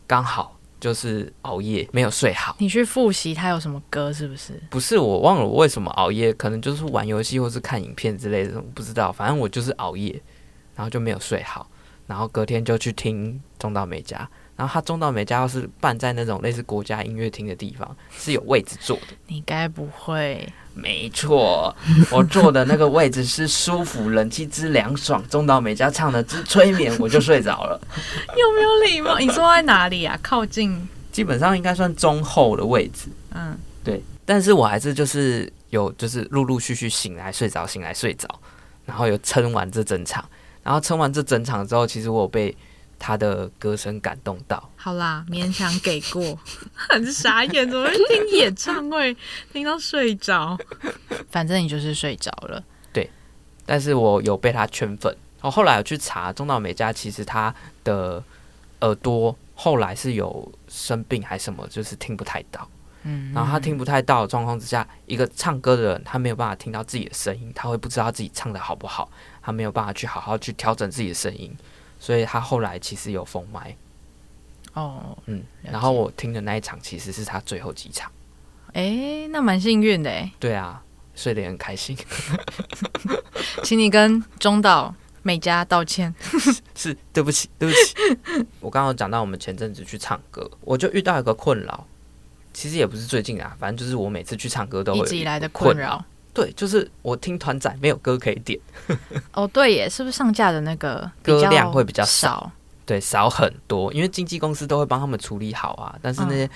Speaker 3: 刚好就是熬夜没有睡好，
Speaker 1: 你去复习他有什么歌是不是？
Speaker 3: 不是我忘了我为什么熬夜，可能就是玩游戏或是看影片之类的，我不知道。反正我就是熬夜，然后就没有睡好，然后隔天就去听中岛美嘉。然后他中岛美嘉要是办在那种类似国家音乐厅的地方，是有位置坐的。
Speaker 1: 你该不会
Speaker 3: 没错，我坐的那个位置是舒服、冷气之凉爽，中岛美嘉唱的之催眠，我就睡着了。
Speaker 1: 有没有礼貌？你坐在哪里啊？靠近，
Speaker 3: 基本上应该算中后的位置。
Speaker 1: 嗯，
Speaker 3: 对，但是我还是就是有就是陆陆续续醒来睡着，醒来睡着，然后有撑完这整场，然后撑完这整场之后，其实我有被他的歌声感动到。
Speaker 1: 好啦，勉强给 过，很傻眼，怎么会听演唱会听到睡着？反正你就是睡着了，
Speaker 3: 但是我有被他圈粉。我后来有去查中岛美嘉，其实他的耳朵后来是有生病还是什么，就是听不太到。
Speaker 1: 嗯，
Speaker 3: 然后他听不太到的状况之下，一个唱歌的人，他没有办法听到自己的声音，他会不知道自己唱的好不好，他没有办法去好好去调整自己的声音，所以他后来其实有封麦，
Speaker 1: 哦，
Speaker 3: 嗯，
Speaker 1: 了解
Speaker 3: 然后我听的那一场其实是他最后几场，
Speaker 1: 哎，那蛮幸运的哎，
Speaker 3: 对啊，睡得也很开心，
Speaker 1: 请你跟中岛美嘉道歉，
Speaker 3: 是对不起，对不起， 我刚刚有讲到我们前阵子去唱歌，我就遇到一个困扰，其实也不是最近啊，反正就是我每次去唱歌都会
Speaker 1: 一
Speaker 3: 有
Speaker 1: 直以
Speaker 3: 一
Speaker 1: 来的
Speaker 3: 困
Speaker 1: 困扰。
Speaker 3: 对，就是我听团仔没有歌可以点，
Speaker 1: 哦，对耶，是不是上架的那个比
Speaker 3: 歌
Speaker 1: 较
Speaker 3: 量会比较
Speaker 1: 少？
Speaker 3: 对，少很多，因为经纪公司都会帮他们处理好啊。但是那些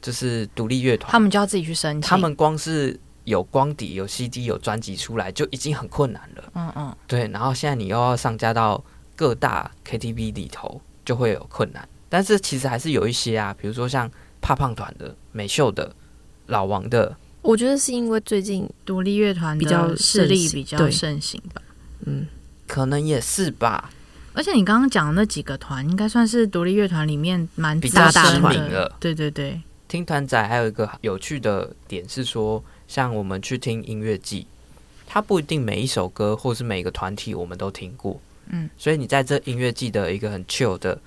Speaker 3: 就是独立乐团，
Speaker 1: 嗯他们就要自己去申请。
Speaker 3: 他，们光是有光碟、有 CD、有专辑出来就已经很困难了。
Speaker 1: 嗯嗯，
Speaker 3: 对，然后现在你又要上架到各大 KTV 里头，就会有困难。但是其实还是有一些啊，比如说像怕胖团的、美秀的、老王的，
Speaker 4: 我觉得是因为最近，
Speaker 1: 独立乐团的
Speaker 4: 比较
Speaker 1: 势
Speaker 4: 盛
Speaker 1: 力
Speaker 4: 行
Speaker 1: 比较
Speaker 4: 对
Speaker 1: 盛行吧。
Speaker 4: 嗯，
Speaker 3: 可能也是吧，
Speaker 1: 而且你刚刚讲的那几个团，应该算是独立乐团里面蛮
Speaker 3: 比较
Speaker 1: 扎
Speaker 4: 大
Speaker 1: 实
Speaker 4: 团
Speaker 1: 的
Speaker 3: 了。
Speaker 1: 对对对，
Speaker 3: 听团仔还有一个有趣的点是说，像我们去听音乐季，它不一定每一首歌或是每个团体我们都听过，
Speaker 1: 嗯，
Speaker 3: 所以你在这音乐季的一个很 chill 的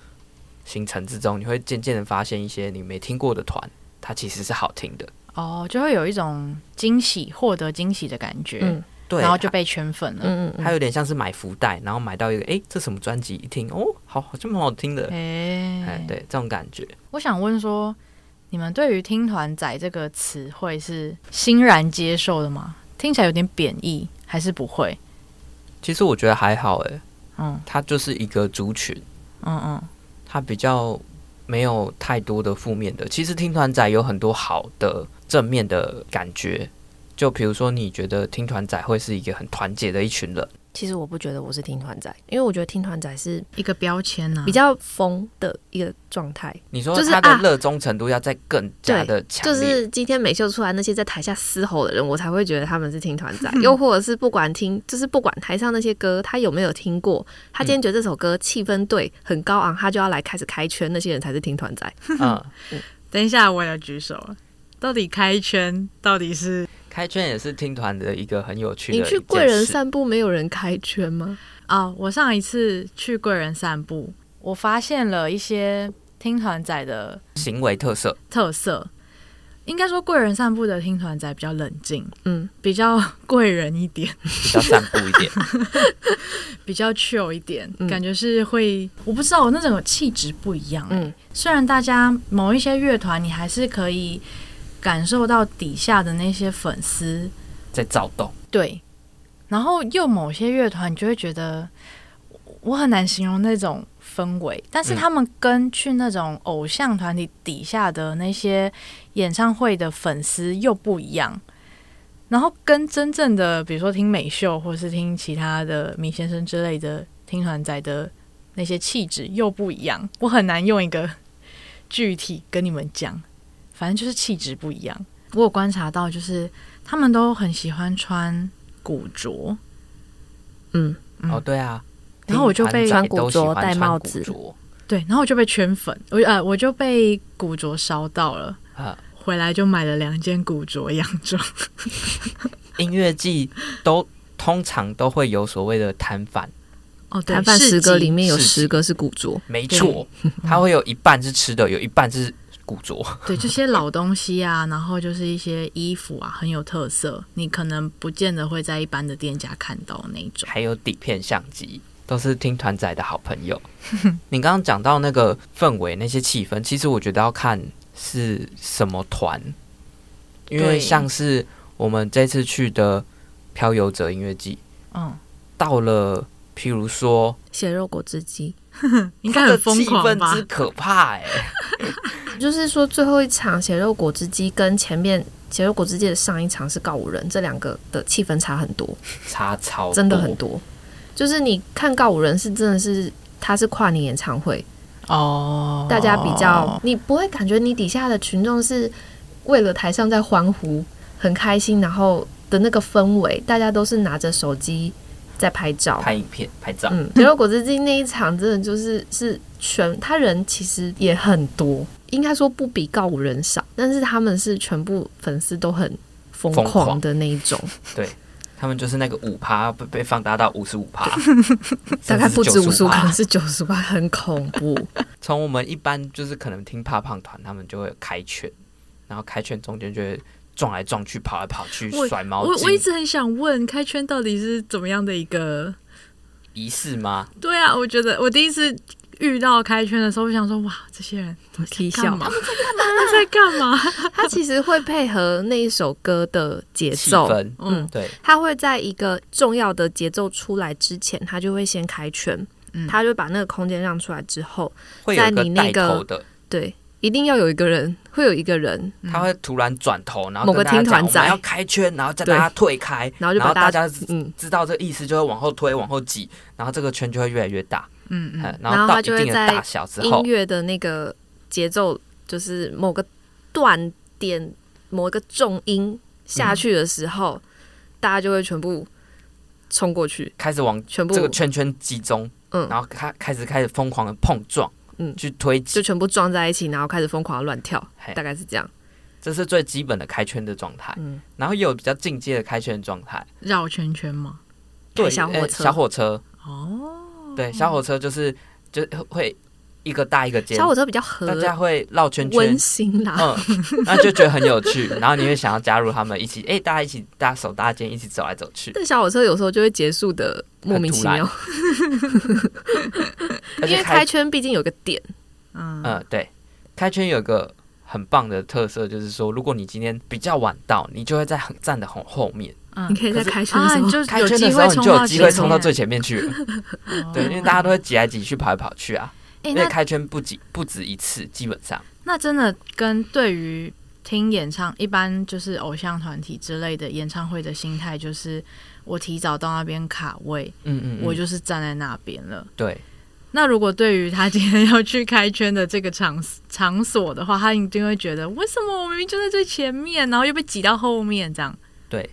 Speaker 3: 行程之中，你会渐渐的发现一些你没听过的团，它其实是好听的，
Speaker 1: 哦，就会有一种惊喜，获得惊喜的感觉，
Speaker 4: 嗯
Speaker 3: 对，啊
Speaker 1: 然后就被圈粉了。
Speaker 4: 嗯嗯嗯，
Speaker 3: 它有点像是买福袋，然后买到一个，诶，这什么专辑？一听，哦，好，好像蛮好听的，
Speaker 1: 哎、
Speaker 3: 哎，对，这种感觉。
Speaker 1: 我想问说，你们对于“听团仔”这个词汇是欣然接受的吗？听起来有点贬义，还是不会？
Speaker 3: 其实我觉得还好，诶，
Speaker 1: 嗯
Speaker 3: 它就是一个族群，
Speaker 1: 嗯嗯，
Speaker 3: 它比较没有太多的负面的。其实听团仔有很多好的正面的感觉，就比如说你觉得听团仔会是一个很团结的一群人，
Speaker 4: 其实我不觉得我是听团仔，因为我觉得听团仔是
Speaker 1: 一个标签呢、啊，
Speaker 4: 比较疯的一个状态，
Speaker 3: 你说
Speaker 4: 就是
Speaker 3: 他的
Speaker 4: 啊
Speaker 3: 热衷程度要再更加的强
Speaker 4: 就
Speaker 3: 烈。
Speaker 4: 是今天美秀出来那些在台下嘶吼的人，我才会觉得他们是听团仔， 又或者是不管听，就是不管台上那些歌他有没有听过，他今天觉得这首歌气氛对很高昂，他就要来开始开圈，那些人才是听团仔。
Speaker 3: 嗯，
Speaker 1: 等一下，我也要举手了。到底开圈到底是
Speaker 3: 开圈也是听团的一个很有趣的一
Speaker 4: 你
Speaker 3: 件事。
Speaker 4: 去贵人散步没有人开圈吗？
Speaker 1: 哦？我上一次去贵人散步，我发现了一些听团仔的
Speaker 3: 行为特色，
Speaker 1: 特色。应该说，贵人散步的听团仔比较冷静，
Speaker 4: 嗯，
Speaker 1: 比较贵人一 点，
Speaker 3: 比较散步一点。
Speaker 1: 比较 chill 一点，
Speaker 4: 嗯
Speaker 1: 感觉是会，我不知道，我那种气质不一样、
Speaker 4: 嗯
Speaker 1: 虽然大家某一些乐团，你还是可以感受到底下的那些粉丝
Speaker 3: 在躁动，
Speaker 1: 对，然后又某些乐团，你就会觉得我我很难形容那种氛围，但是
Speaker 3: 嗯
Speaker 1: 他们跟去那种偶像团体底下的那些演唱会的粉丝又不一样。然后跟真正的，比如说听美秀，或是听其他的米先生之类的听团仔的那些气质又不一样，我很难用一个具体跟你们讲，反正就是气质不一样。我有观察到，就是他们都很喜欢穿古着，
Speaker 4: 嗯，
Speaker 1: 嗯
Speaker 3: 哦，对啊。
Speaker 1: 然后我就被
Speaker 3: 听团仔都喜
Speaker 4: 穿
Speaker 3: 欢
Speaker 4: 古着戴帽
Speaker 3: 穿古
Speaker 4: 子
Speaker 3: 着
Speaker 1: 对，然后我就被圈粉，我呃我就被古着烧到了，
Speaker 3: 啊，
Speaker 1: 回来就买了两件古着洋装。
Speaker 3: 音乐季都通常都会有所谓的摊贩。
Speaker 1: 哦，对，
Speaker 4: 摊贩
Speaker 1: 市
Speaker 4: 十个
Speaker 1: 集
Speaker 4: 里面有
Speaker 3: 市集
Speaker 4: 十个是古着，
Speaker 3: 没 错，它会有一半是吃的，有一半是古着。
Speaker 1: 对这些老东西啊， 然后就是一些衣服啊，很有特色，你可能不见得会在一般的店家看到那种。
Speaker 3: 还有底片相机，都是听团仔的好朋 友。你刚刚讲到那个氛围、那些气氛，其实我觉得要看是什么团，因为
Speaker 1: 对
Speaker 3: 像是我们这次去的漂游者音乐季，
Speaker 1: 嗯，
Speaker 3: 到了譬如说，
Speaker 4: 血肉果汁机。
Speaker 1: 应该
Speaker 3: 它的
Speaker 1: 很疯狂
Speaker 3: 气氛
Speaker 1: 吧
Speaker 3: 之？可怕哎、
Speaker 4: 就是说最后一场血肉果汁机跟前面血肉果汁机的上一场是告五人，这两个的气氛差很多，
Speaker 3: 差超多
Speaker 4: 真的很多。就是你看告五人是真的是。他是跨年演唱会，
Speaker 1: 哦，
Speaker 4: 大家比较，你不会感觉你底下的群众是为了台上在欢呼，很开心，然后的那个氛围，大家都是拿着手机在拍照，
Speaker 3: 拍影片、拍照，
Speaker 4: 嗯，牛肉果汁机那一场真的就是是全，他人其实也很多，应该说不比告五人少，但是他们是全部粉丝都很疯
Speaker 3: 疯狂
Speaker 4: 狂的那一种，
Speaker 3: 他们就是那个五趴被被放大到五十五趴，
Speaker 4: 大概不止五十
Speaker 3: 95%
Speaker 4: 五，可能是九十八，很恐怖。
Speaker 3: 从我们一般就是可能听怕胖团，他们就会开拳，然后开拳中间就会撞来撞去、跑来跑去、
Speaker 1: 我
Speaker 3: 甩毛
Speaker 1: 我我一
Speaker 3: 巾，
Speaker 1: 直很想问，开圈到底是怎么样的一个？
Speaker 3: 仪式吗？
Speaker 1: 对啊，我觉得我第一次遇到开圈的时候，我想说，哇，这些人
Speaker 4: 啼
Speaker 1: 干嘛？他们在干嘛？
Speaker 4: 他其实会配合那一首歌的节
Speaker 3: 气
Speaker 4: 奏，
Speaker 3: 氛，
Speaker 1: 嗯
Speaker 3: 对，
Speaker 4: 他会在一个重要的节奏出来之前，他就会先开圈，
Speaker 1: 嗯
Speaker 4: 他就会把那个空间让出来之后，
Speaker 3: 会有一
Speaker 4: 在你那
Speaker 3: 带
Speaker 4: 个
Speaker 3: 头的，
Speaker 4: 对，一定要有一个人，会有一个人
Speaker 1: 嗯
Speaker 3: 他会突然转头，然后
Speaker 4: 某个
Speaker 3: 跟大家
Speaker 4: 听
Speaker 3: 讲
Speaker 4: 团
Speaker 3: 我们
Speaker 4: 仔
Speaker 3: 要开圈，然后叫
Speaker 4: 对
Speaker 3: 大家退开，
Speaker 4: 然后就把大
Speaker 3: 大家
Speaker 4: 嗯，
Speaker 3: 知道这个意思，就会往后推、往后挤，然后这个圈就会越来越大。
Speaker 1: 嗯
Speaker 3: 嗯
Speaker 1: 嗯，
Speaker 4: 然
Speaker 3: 然
Speaker 4: 后
Speaker 3: 到
Speaker 4: 它
Speaker 3: 一
Speaker 4: 就会
Speaker 3: 定的
Speaker 4: 在
Speaker 3: 大小之
Speaker 4: 音
Speaker 3: 后，
Speaker 4: 乐的那个节奏，就是某个断点、某一个重音下去的时候，
Speaker 3: 嗯
Speaker 4: 大家就会全部冲过去，
Speaker 3: 开始往
Speaker 4: 全部
Speaker 3: 这个圈圈集中，
Speaker 4: 嗯
Speaker 3: 然后开开始开始疯狂的碰撞，
Speaker 4: 嗯
Speaker 3: 去推
Speaker 4: 就
Speaker 3: 挤，
Speaker 4: 全部撞在一起，然后开始疯狂地乱跳
Speaker 3: 嘿，
Speaker 4: 大概是这样。
Speaker 3: 这是最基本的开圈的状态。
Speaker 4: 嗯，
Speaker 3: 然后也有比较进阶的开圈的状态，
Speaker 1: 绕圈圈嘛。
Speaker 3: 对，
Speaker 4: 小火
Speaker 3: 呃
Speaker 4: 车
Speaker 3: 小火车，
Speaker 1: 哦，
Speaker 3: 对，小火车就是就会一个搭一个尖，
Speaker 4: 小火车比较和
Speaker 3: 大家会绕圈圈
Speaker 4: 温，馨啦，
Speaker 3: 嗯，那就觉得很有趣，然后你会想要加入他们一起，哎、大家一起搭手搭肩，一起走来走去，
Speaker 4: 但小火车有时候就会结束的莫名其妙，因
Speaker 3: 而且
Speaker 4: 为开圈毕竟有个点，
Speaker 1: 嗯
Speaker 3: 嗯，对，开圈有个很棒的特色，就是说，如果你今天比较晚到，你就会在很站的很后面。
Speaker 1: 嗯
Speaker 4: 你可以在
Speaker 3: 可是
Speaker 4: 开圈的
Speaker 1: 啊，
Speaker 4: 时候
Speaker 1: 你就
Speaker 3: 开
Speaker 1: 有
Speaker 3: 圈
Speaker 1: 机
Speaker 3: 的时
Speaker 1: 会
Speaker 3: 候，你
Speaker 1: 冲
Speaker 3: 就有
Speaker 1: 到
Speaker 3: 机会
Speaker 1: 前
Speaker 3: 冲到
Speaker 1: 面
Speaker 3: 最前 面去了。
Speaker 1: 哦
Speaker 3: 对，因为大家都会挤来挤去，跑来跑去啊。
Speaker 1: 哎、
Speaker 3: 因为
Speaker 1: 那
Speaker 3: 开圈不止不止一次，基本上
Speaker 1: 那真的跟对于听演唱一般就是偶像团体之类的演唱会的心态，就是我提早到那边卡位，
Speaker 3: 嗯嗯，嗯
Speaker 1: 我就是站在那边了。
Speaker 3: 对，
Speaker 1: 那如果对于他今天要去开圈的这个场场所的话，他一定会觉得为什么我明明就在最前面，然后又被挤到后面这样？
Speaker 3: 对，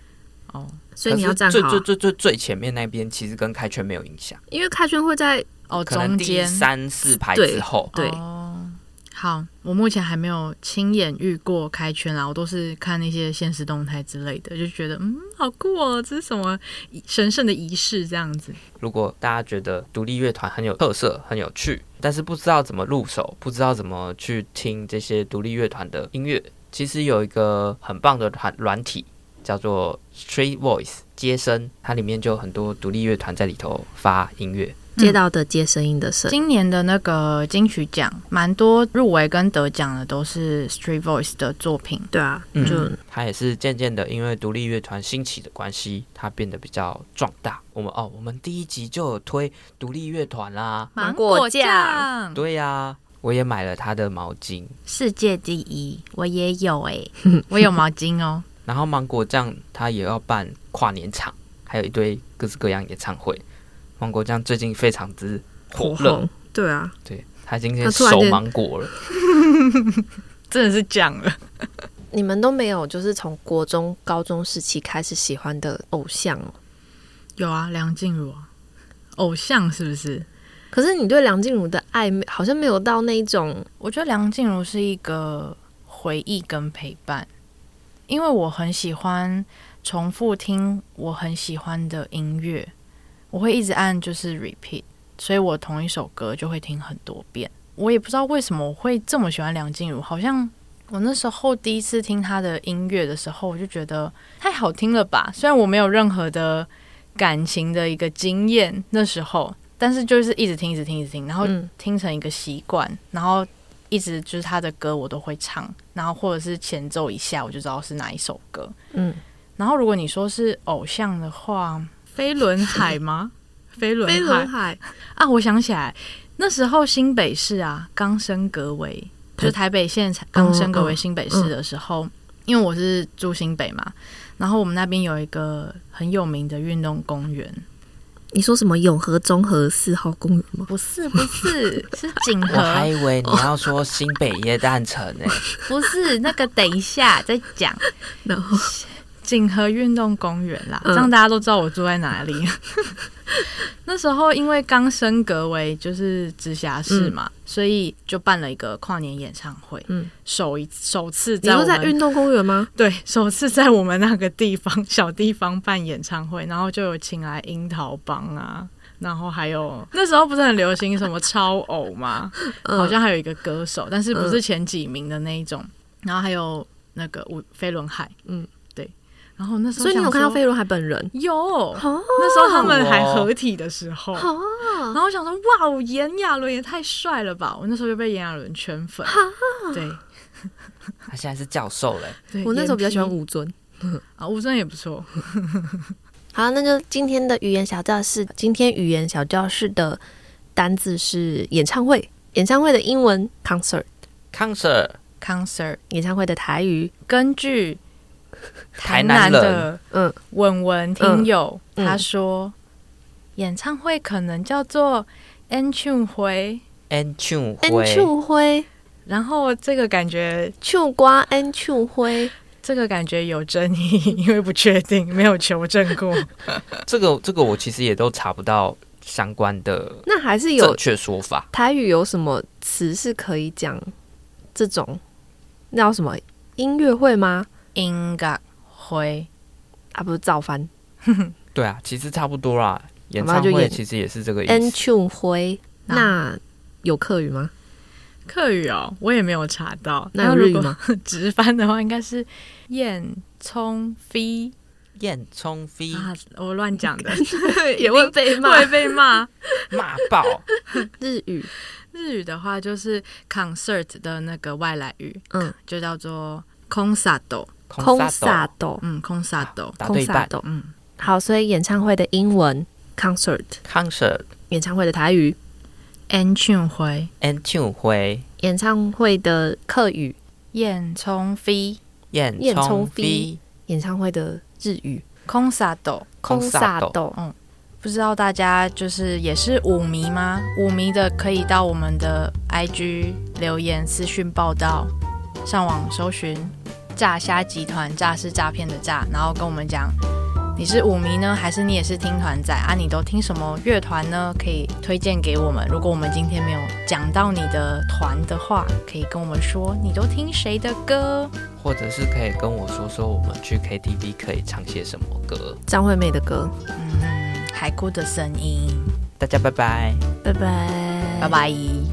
Speaker 1: 哦
Speaker 4: 所以你要
Speaker 3: 可是
Speaker 4: 站
Speaker 3: 最
Speaker 4: 好
Speaker 3: 最
Speaker 4: 啊，
Speaker 3: 最最最前面那边，其实跟开圈没有影响，
Speaker 4: 因为开圈会在
Speaker 1: 哦，
Speaker 3: 可能
Speaker 1: 中
Speaker 3: 第
Speaker 1: 间
Speaker 3: 三四排
Speaker 4: 对
Speaker 3: 之后，
Speaker 4: 对
Speaker 1: 哦，好，我目前还没有亲眼遇过开圈啦，我都是看那些现实动态之类的，就觉得嗯，好酷哦，这是什么仪神圣的仪式这样子？
Speaker 3: 如果大家觉得独立乐团很有特色、很有趣，但是不知道怎么入手，不知道怎么去听这些独立乐团的音乐，其实有一个很棒的团软体叫做 Street Voice 接声，它里面就有很多独立乐团在里头发音乐。
Speaker 4: 街道的接声音的声，
Speaker 1: 今年的那个金曲奖，蛮多入围跟得奖的都是 Street Voice 的作品。
Speaker 4: 对啊，
Speaker 3: 嗯
Speaker 4: 就
Speaker 3: 它也是渐渐的，因为独立乐团兴起的关系，它变得比较壮大。我们哦，我们第一集就有推独立乐团啦，
Speaker 4: 芒果
Speaker 1: 酱
Speaker 3: 对呀、我也买了它的毛巾。
Speaker 1: 世界第一，我也有哎、 我有毛巾哦。
Speaker 3: 然后芒果酱它也要办跨年场，还有一堆各式各样演唱会。芒果酱最近非常之火热，
Speaker 4: 红，对啊，
Speaker 3: 对他今天
Speaker 4: 它突然
Speaker 3: 熟
Speaker 4: 间
Speaker 3: 芒果了，
Speaker 1: 真的是讲了，
Speaker 4: 你们都没有就是从国中、高中时期开始喜欢的偶像哦。
Speaker 1: 有啊，梁静茹啊，偶像是不是？
Speaker 4: 可是你对梁静茹的爱没，好像没有到那一种
Speaker 1: 我觉得梁静茹是一个回忆跟陪伴，因为我很喜欢重复听我很喜欢的音乐，我会一直按就是 repeat，所以我同一首歌就会听很多遍。我也不知道为什么我会这么喜欢梁静茹，好像我那时候第一次听她的音乐的时候，我就觉得太好听了吧。虽然我没有任何的感情的一个经验，那时候，但是就是一直听，一直听，一直听，然后
Speaker 4: 嗯
Speaker 1: 听成一个习惯，然后一直就是他的歌我都会唱，然后或者是前奏一下我就知道是哪一首歌。
Speaker 4: 嗯，
Speaker 1: 然后如果你说是偶像的话，飞轮海吗？飞轮
Speaker 4: 飞
Speaker 1: 海
Speaker 4: 轮海
Speaker 1: 啊，我想起来，那时候新北市啊刚升格为，就是台北县
Speaker 4: 嗯
Speaker 1: 才刚升格为新北市的时候，因为我是住新北嘛，然后我们那边有一个很有名的运动公园，
Speaker 4: 你说什么永和综合四号公园吗？
Speaker 1: 不是不是 是锦
Speaker 3: 我还
Speaker 1: 和，
Speaker 3: 以为你要说新北耶诞城 呢、
Speaker 1: 不是那个，等一下再 讲。
Speaker 4: 然后
Speaker 1: 锦和运动公园啦，这
Speaker 4: 嗯
Speaker 1: 样大家都知道我住在哪里。 那时候因为刚升格为就是直辖市嘛，所以就办了一个跨年演唱会，
Speaker 4: 嗯
Speaker 1: 首一首次
Speaker 4: 你
Speaker 1: 在我
Speaker 4: 说
Speaker 1: 们
Speaker 4: 在运动公园吗？
Speaker 1: 对首次在我们那个地方小地方办演唱会，然后就有请来樱桃帮啊，然后还有那时候不是很流行什么超偶吗？
Speaker 4: 嗯
Speaker 1: 好像还有一个歌手，但是不是前几名的那一种。然后还有那个五飞轮海，
Speaker 4: 嗯
Speaker 1: 嗯，对。然后那时候
Speaker 4: 所以你有
Speaker 1: 想
Speaker 4: 看到
Speaker 1: 说
Speaker 4: 飞轮海本人？
Speaker 1: 有，
Speaker 4: 哦
Speaker 1: 那时候他们还合体的时候，
Speaker 4: 哦，
Speaker 1: 然后我想说，哇，我炎亚纶也太帅了吧！我那时候就被炎亚纶圈粉，对
Speaker 3: 他现在是教授嘞、
Speaker 1: 对，
Speaker 4: 我那时候比较喜欢
Speaker 1: 严批
Speaker 4: 吴尊。
Speaker 1: 啊，吴尊也不错，
Speaker 4: 好，那就今天的语言小教室。呃今天语言小教室的单字是演唱会，演唱会的英文 concert，
Speaker 3: Concert
Speaker 1: concert
Speaker 4: 演唱会的台语
Speaker 1: 根据
Speaker 3: 台
Speaker 1: 南
Speaker 3: 南
Speaker 1: 的
Speaker 4: 嗯
Speaker 1: 文文听友、
Speaker 4: 嗯
Speaker 1: 他说，演唱会可能叫做 N tune 回，
Speaker 3: N 庆
Speaker 4: N
Speaker 3: 辉，
Speaker 4: 处灰，
Speaker 1: 然后这个感觉，
Speaker 4: 处瓜 N 处灰，
Speaker 1: 这个感觉有争议，因为不确定，没有求证过。
Speaker 3: 这个这个我其实也都查不到相关的
Speaker 4: 那还是有
Speaker 3: 正确说法。
Speaker 4: 台语有什么词是可以讲这种？那叫什么音乐会吗？
Speaker 1: 音乐会，
Speaker 4: 啊，不是造反
Speaker 3: 对啊，其实差不多啦。演
Speaker 4: 好吧
Speaker 3: 唱
Speaker 4: 就
Speaker 3: 会
Speaker 4: 演
Speaker 3: 其实也是这个意
Speaker 4: ，N
Speaker 3: 思。
Speaker 4: 处灰。
Speaker 1: 那
Speaker 4: 那有客语吗？
Speaker 1: 客语哦，我也没有查到。
Speaker 4: 那有
Speaker 1: 如
Speaker 4: 日语
Speaker 1: 果
Speaker 4: 吗？
Speaker 1: 直翻的话，应该是燕葱飞
Speaker 3: 燕冲飞
Speaker 1: 啊，我乱讲 的，
Speaker 4: 也会被骂
Speaker 1: 会被骂。
Speaker 3: 骂爆，
Speaker 4: 日语。
Speaker 1: 日语的话就是 concert 的那个外来语，
Speaker 4: 嗯，
Speaker 1: 就叫做 concert，
Speaker 4: 空
Speaker 3: 撒
Speaker 4: 撒斗，
Speaker 1: 嗯，concert，
Speaker 3: 打
Speaker 4: 空
Speaker 3: 对
Speaker 4: 撒
Speaker 3: 半
Speaker 4: 斗。
Speaker 1: 嗯，
Speaker 4: 好，所以演唱会的英文 concert，
Speaker 3: ，concert
Speaker 4: 演唱会的台语，
Speaker 1: n 俊辉
Speaker 3: N 庆辉，
Speaker 4: 演唱会的客语，
Speaker 1: 燕葱飞
Speaker 3: 燕
Speaker 4: 燕
Speaker 3: 冲
Speaker 4: 冲
Speaker 3: 飞
Speaker 4: 飞，演唱会的日语
Speaker 1: concert，
Speaker 3: 空撒斗
Speaker 4: 斗
Speaker 1: 不知道大家就是也是舞迷吗？舞迷的可以到我们的 IG 留言私讯报道，上网搜寻“诈虾集团”，诈是诈骗的诈，然后跟我们讲你是舞迷呢，还是你也是听团仔啊？你都听什么乐团呢？可以推荐给我们。如果我们今天没有讲到你的团的话，可以跟我们说你都听谁的歌。
Speaker 3: 或者是可以跟我说说我们去 KTV 可以唱些什么歌。
Speaker 4: 张惠妹的歌。
Speaker 1: 嗯嗯，海哭的声音，
Speaker 3: 大家拜拜。
Speaker 4: 拜拜，
Speaker 1: 拜。拜。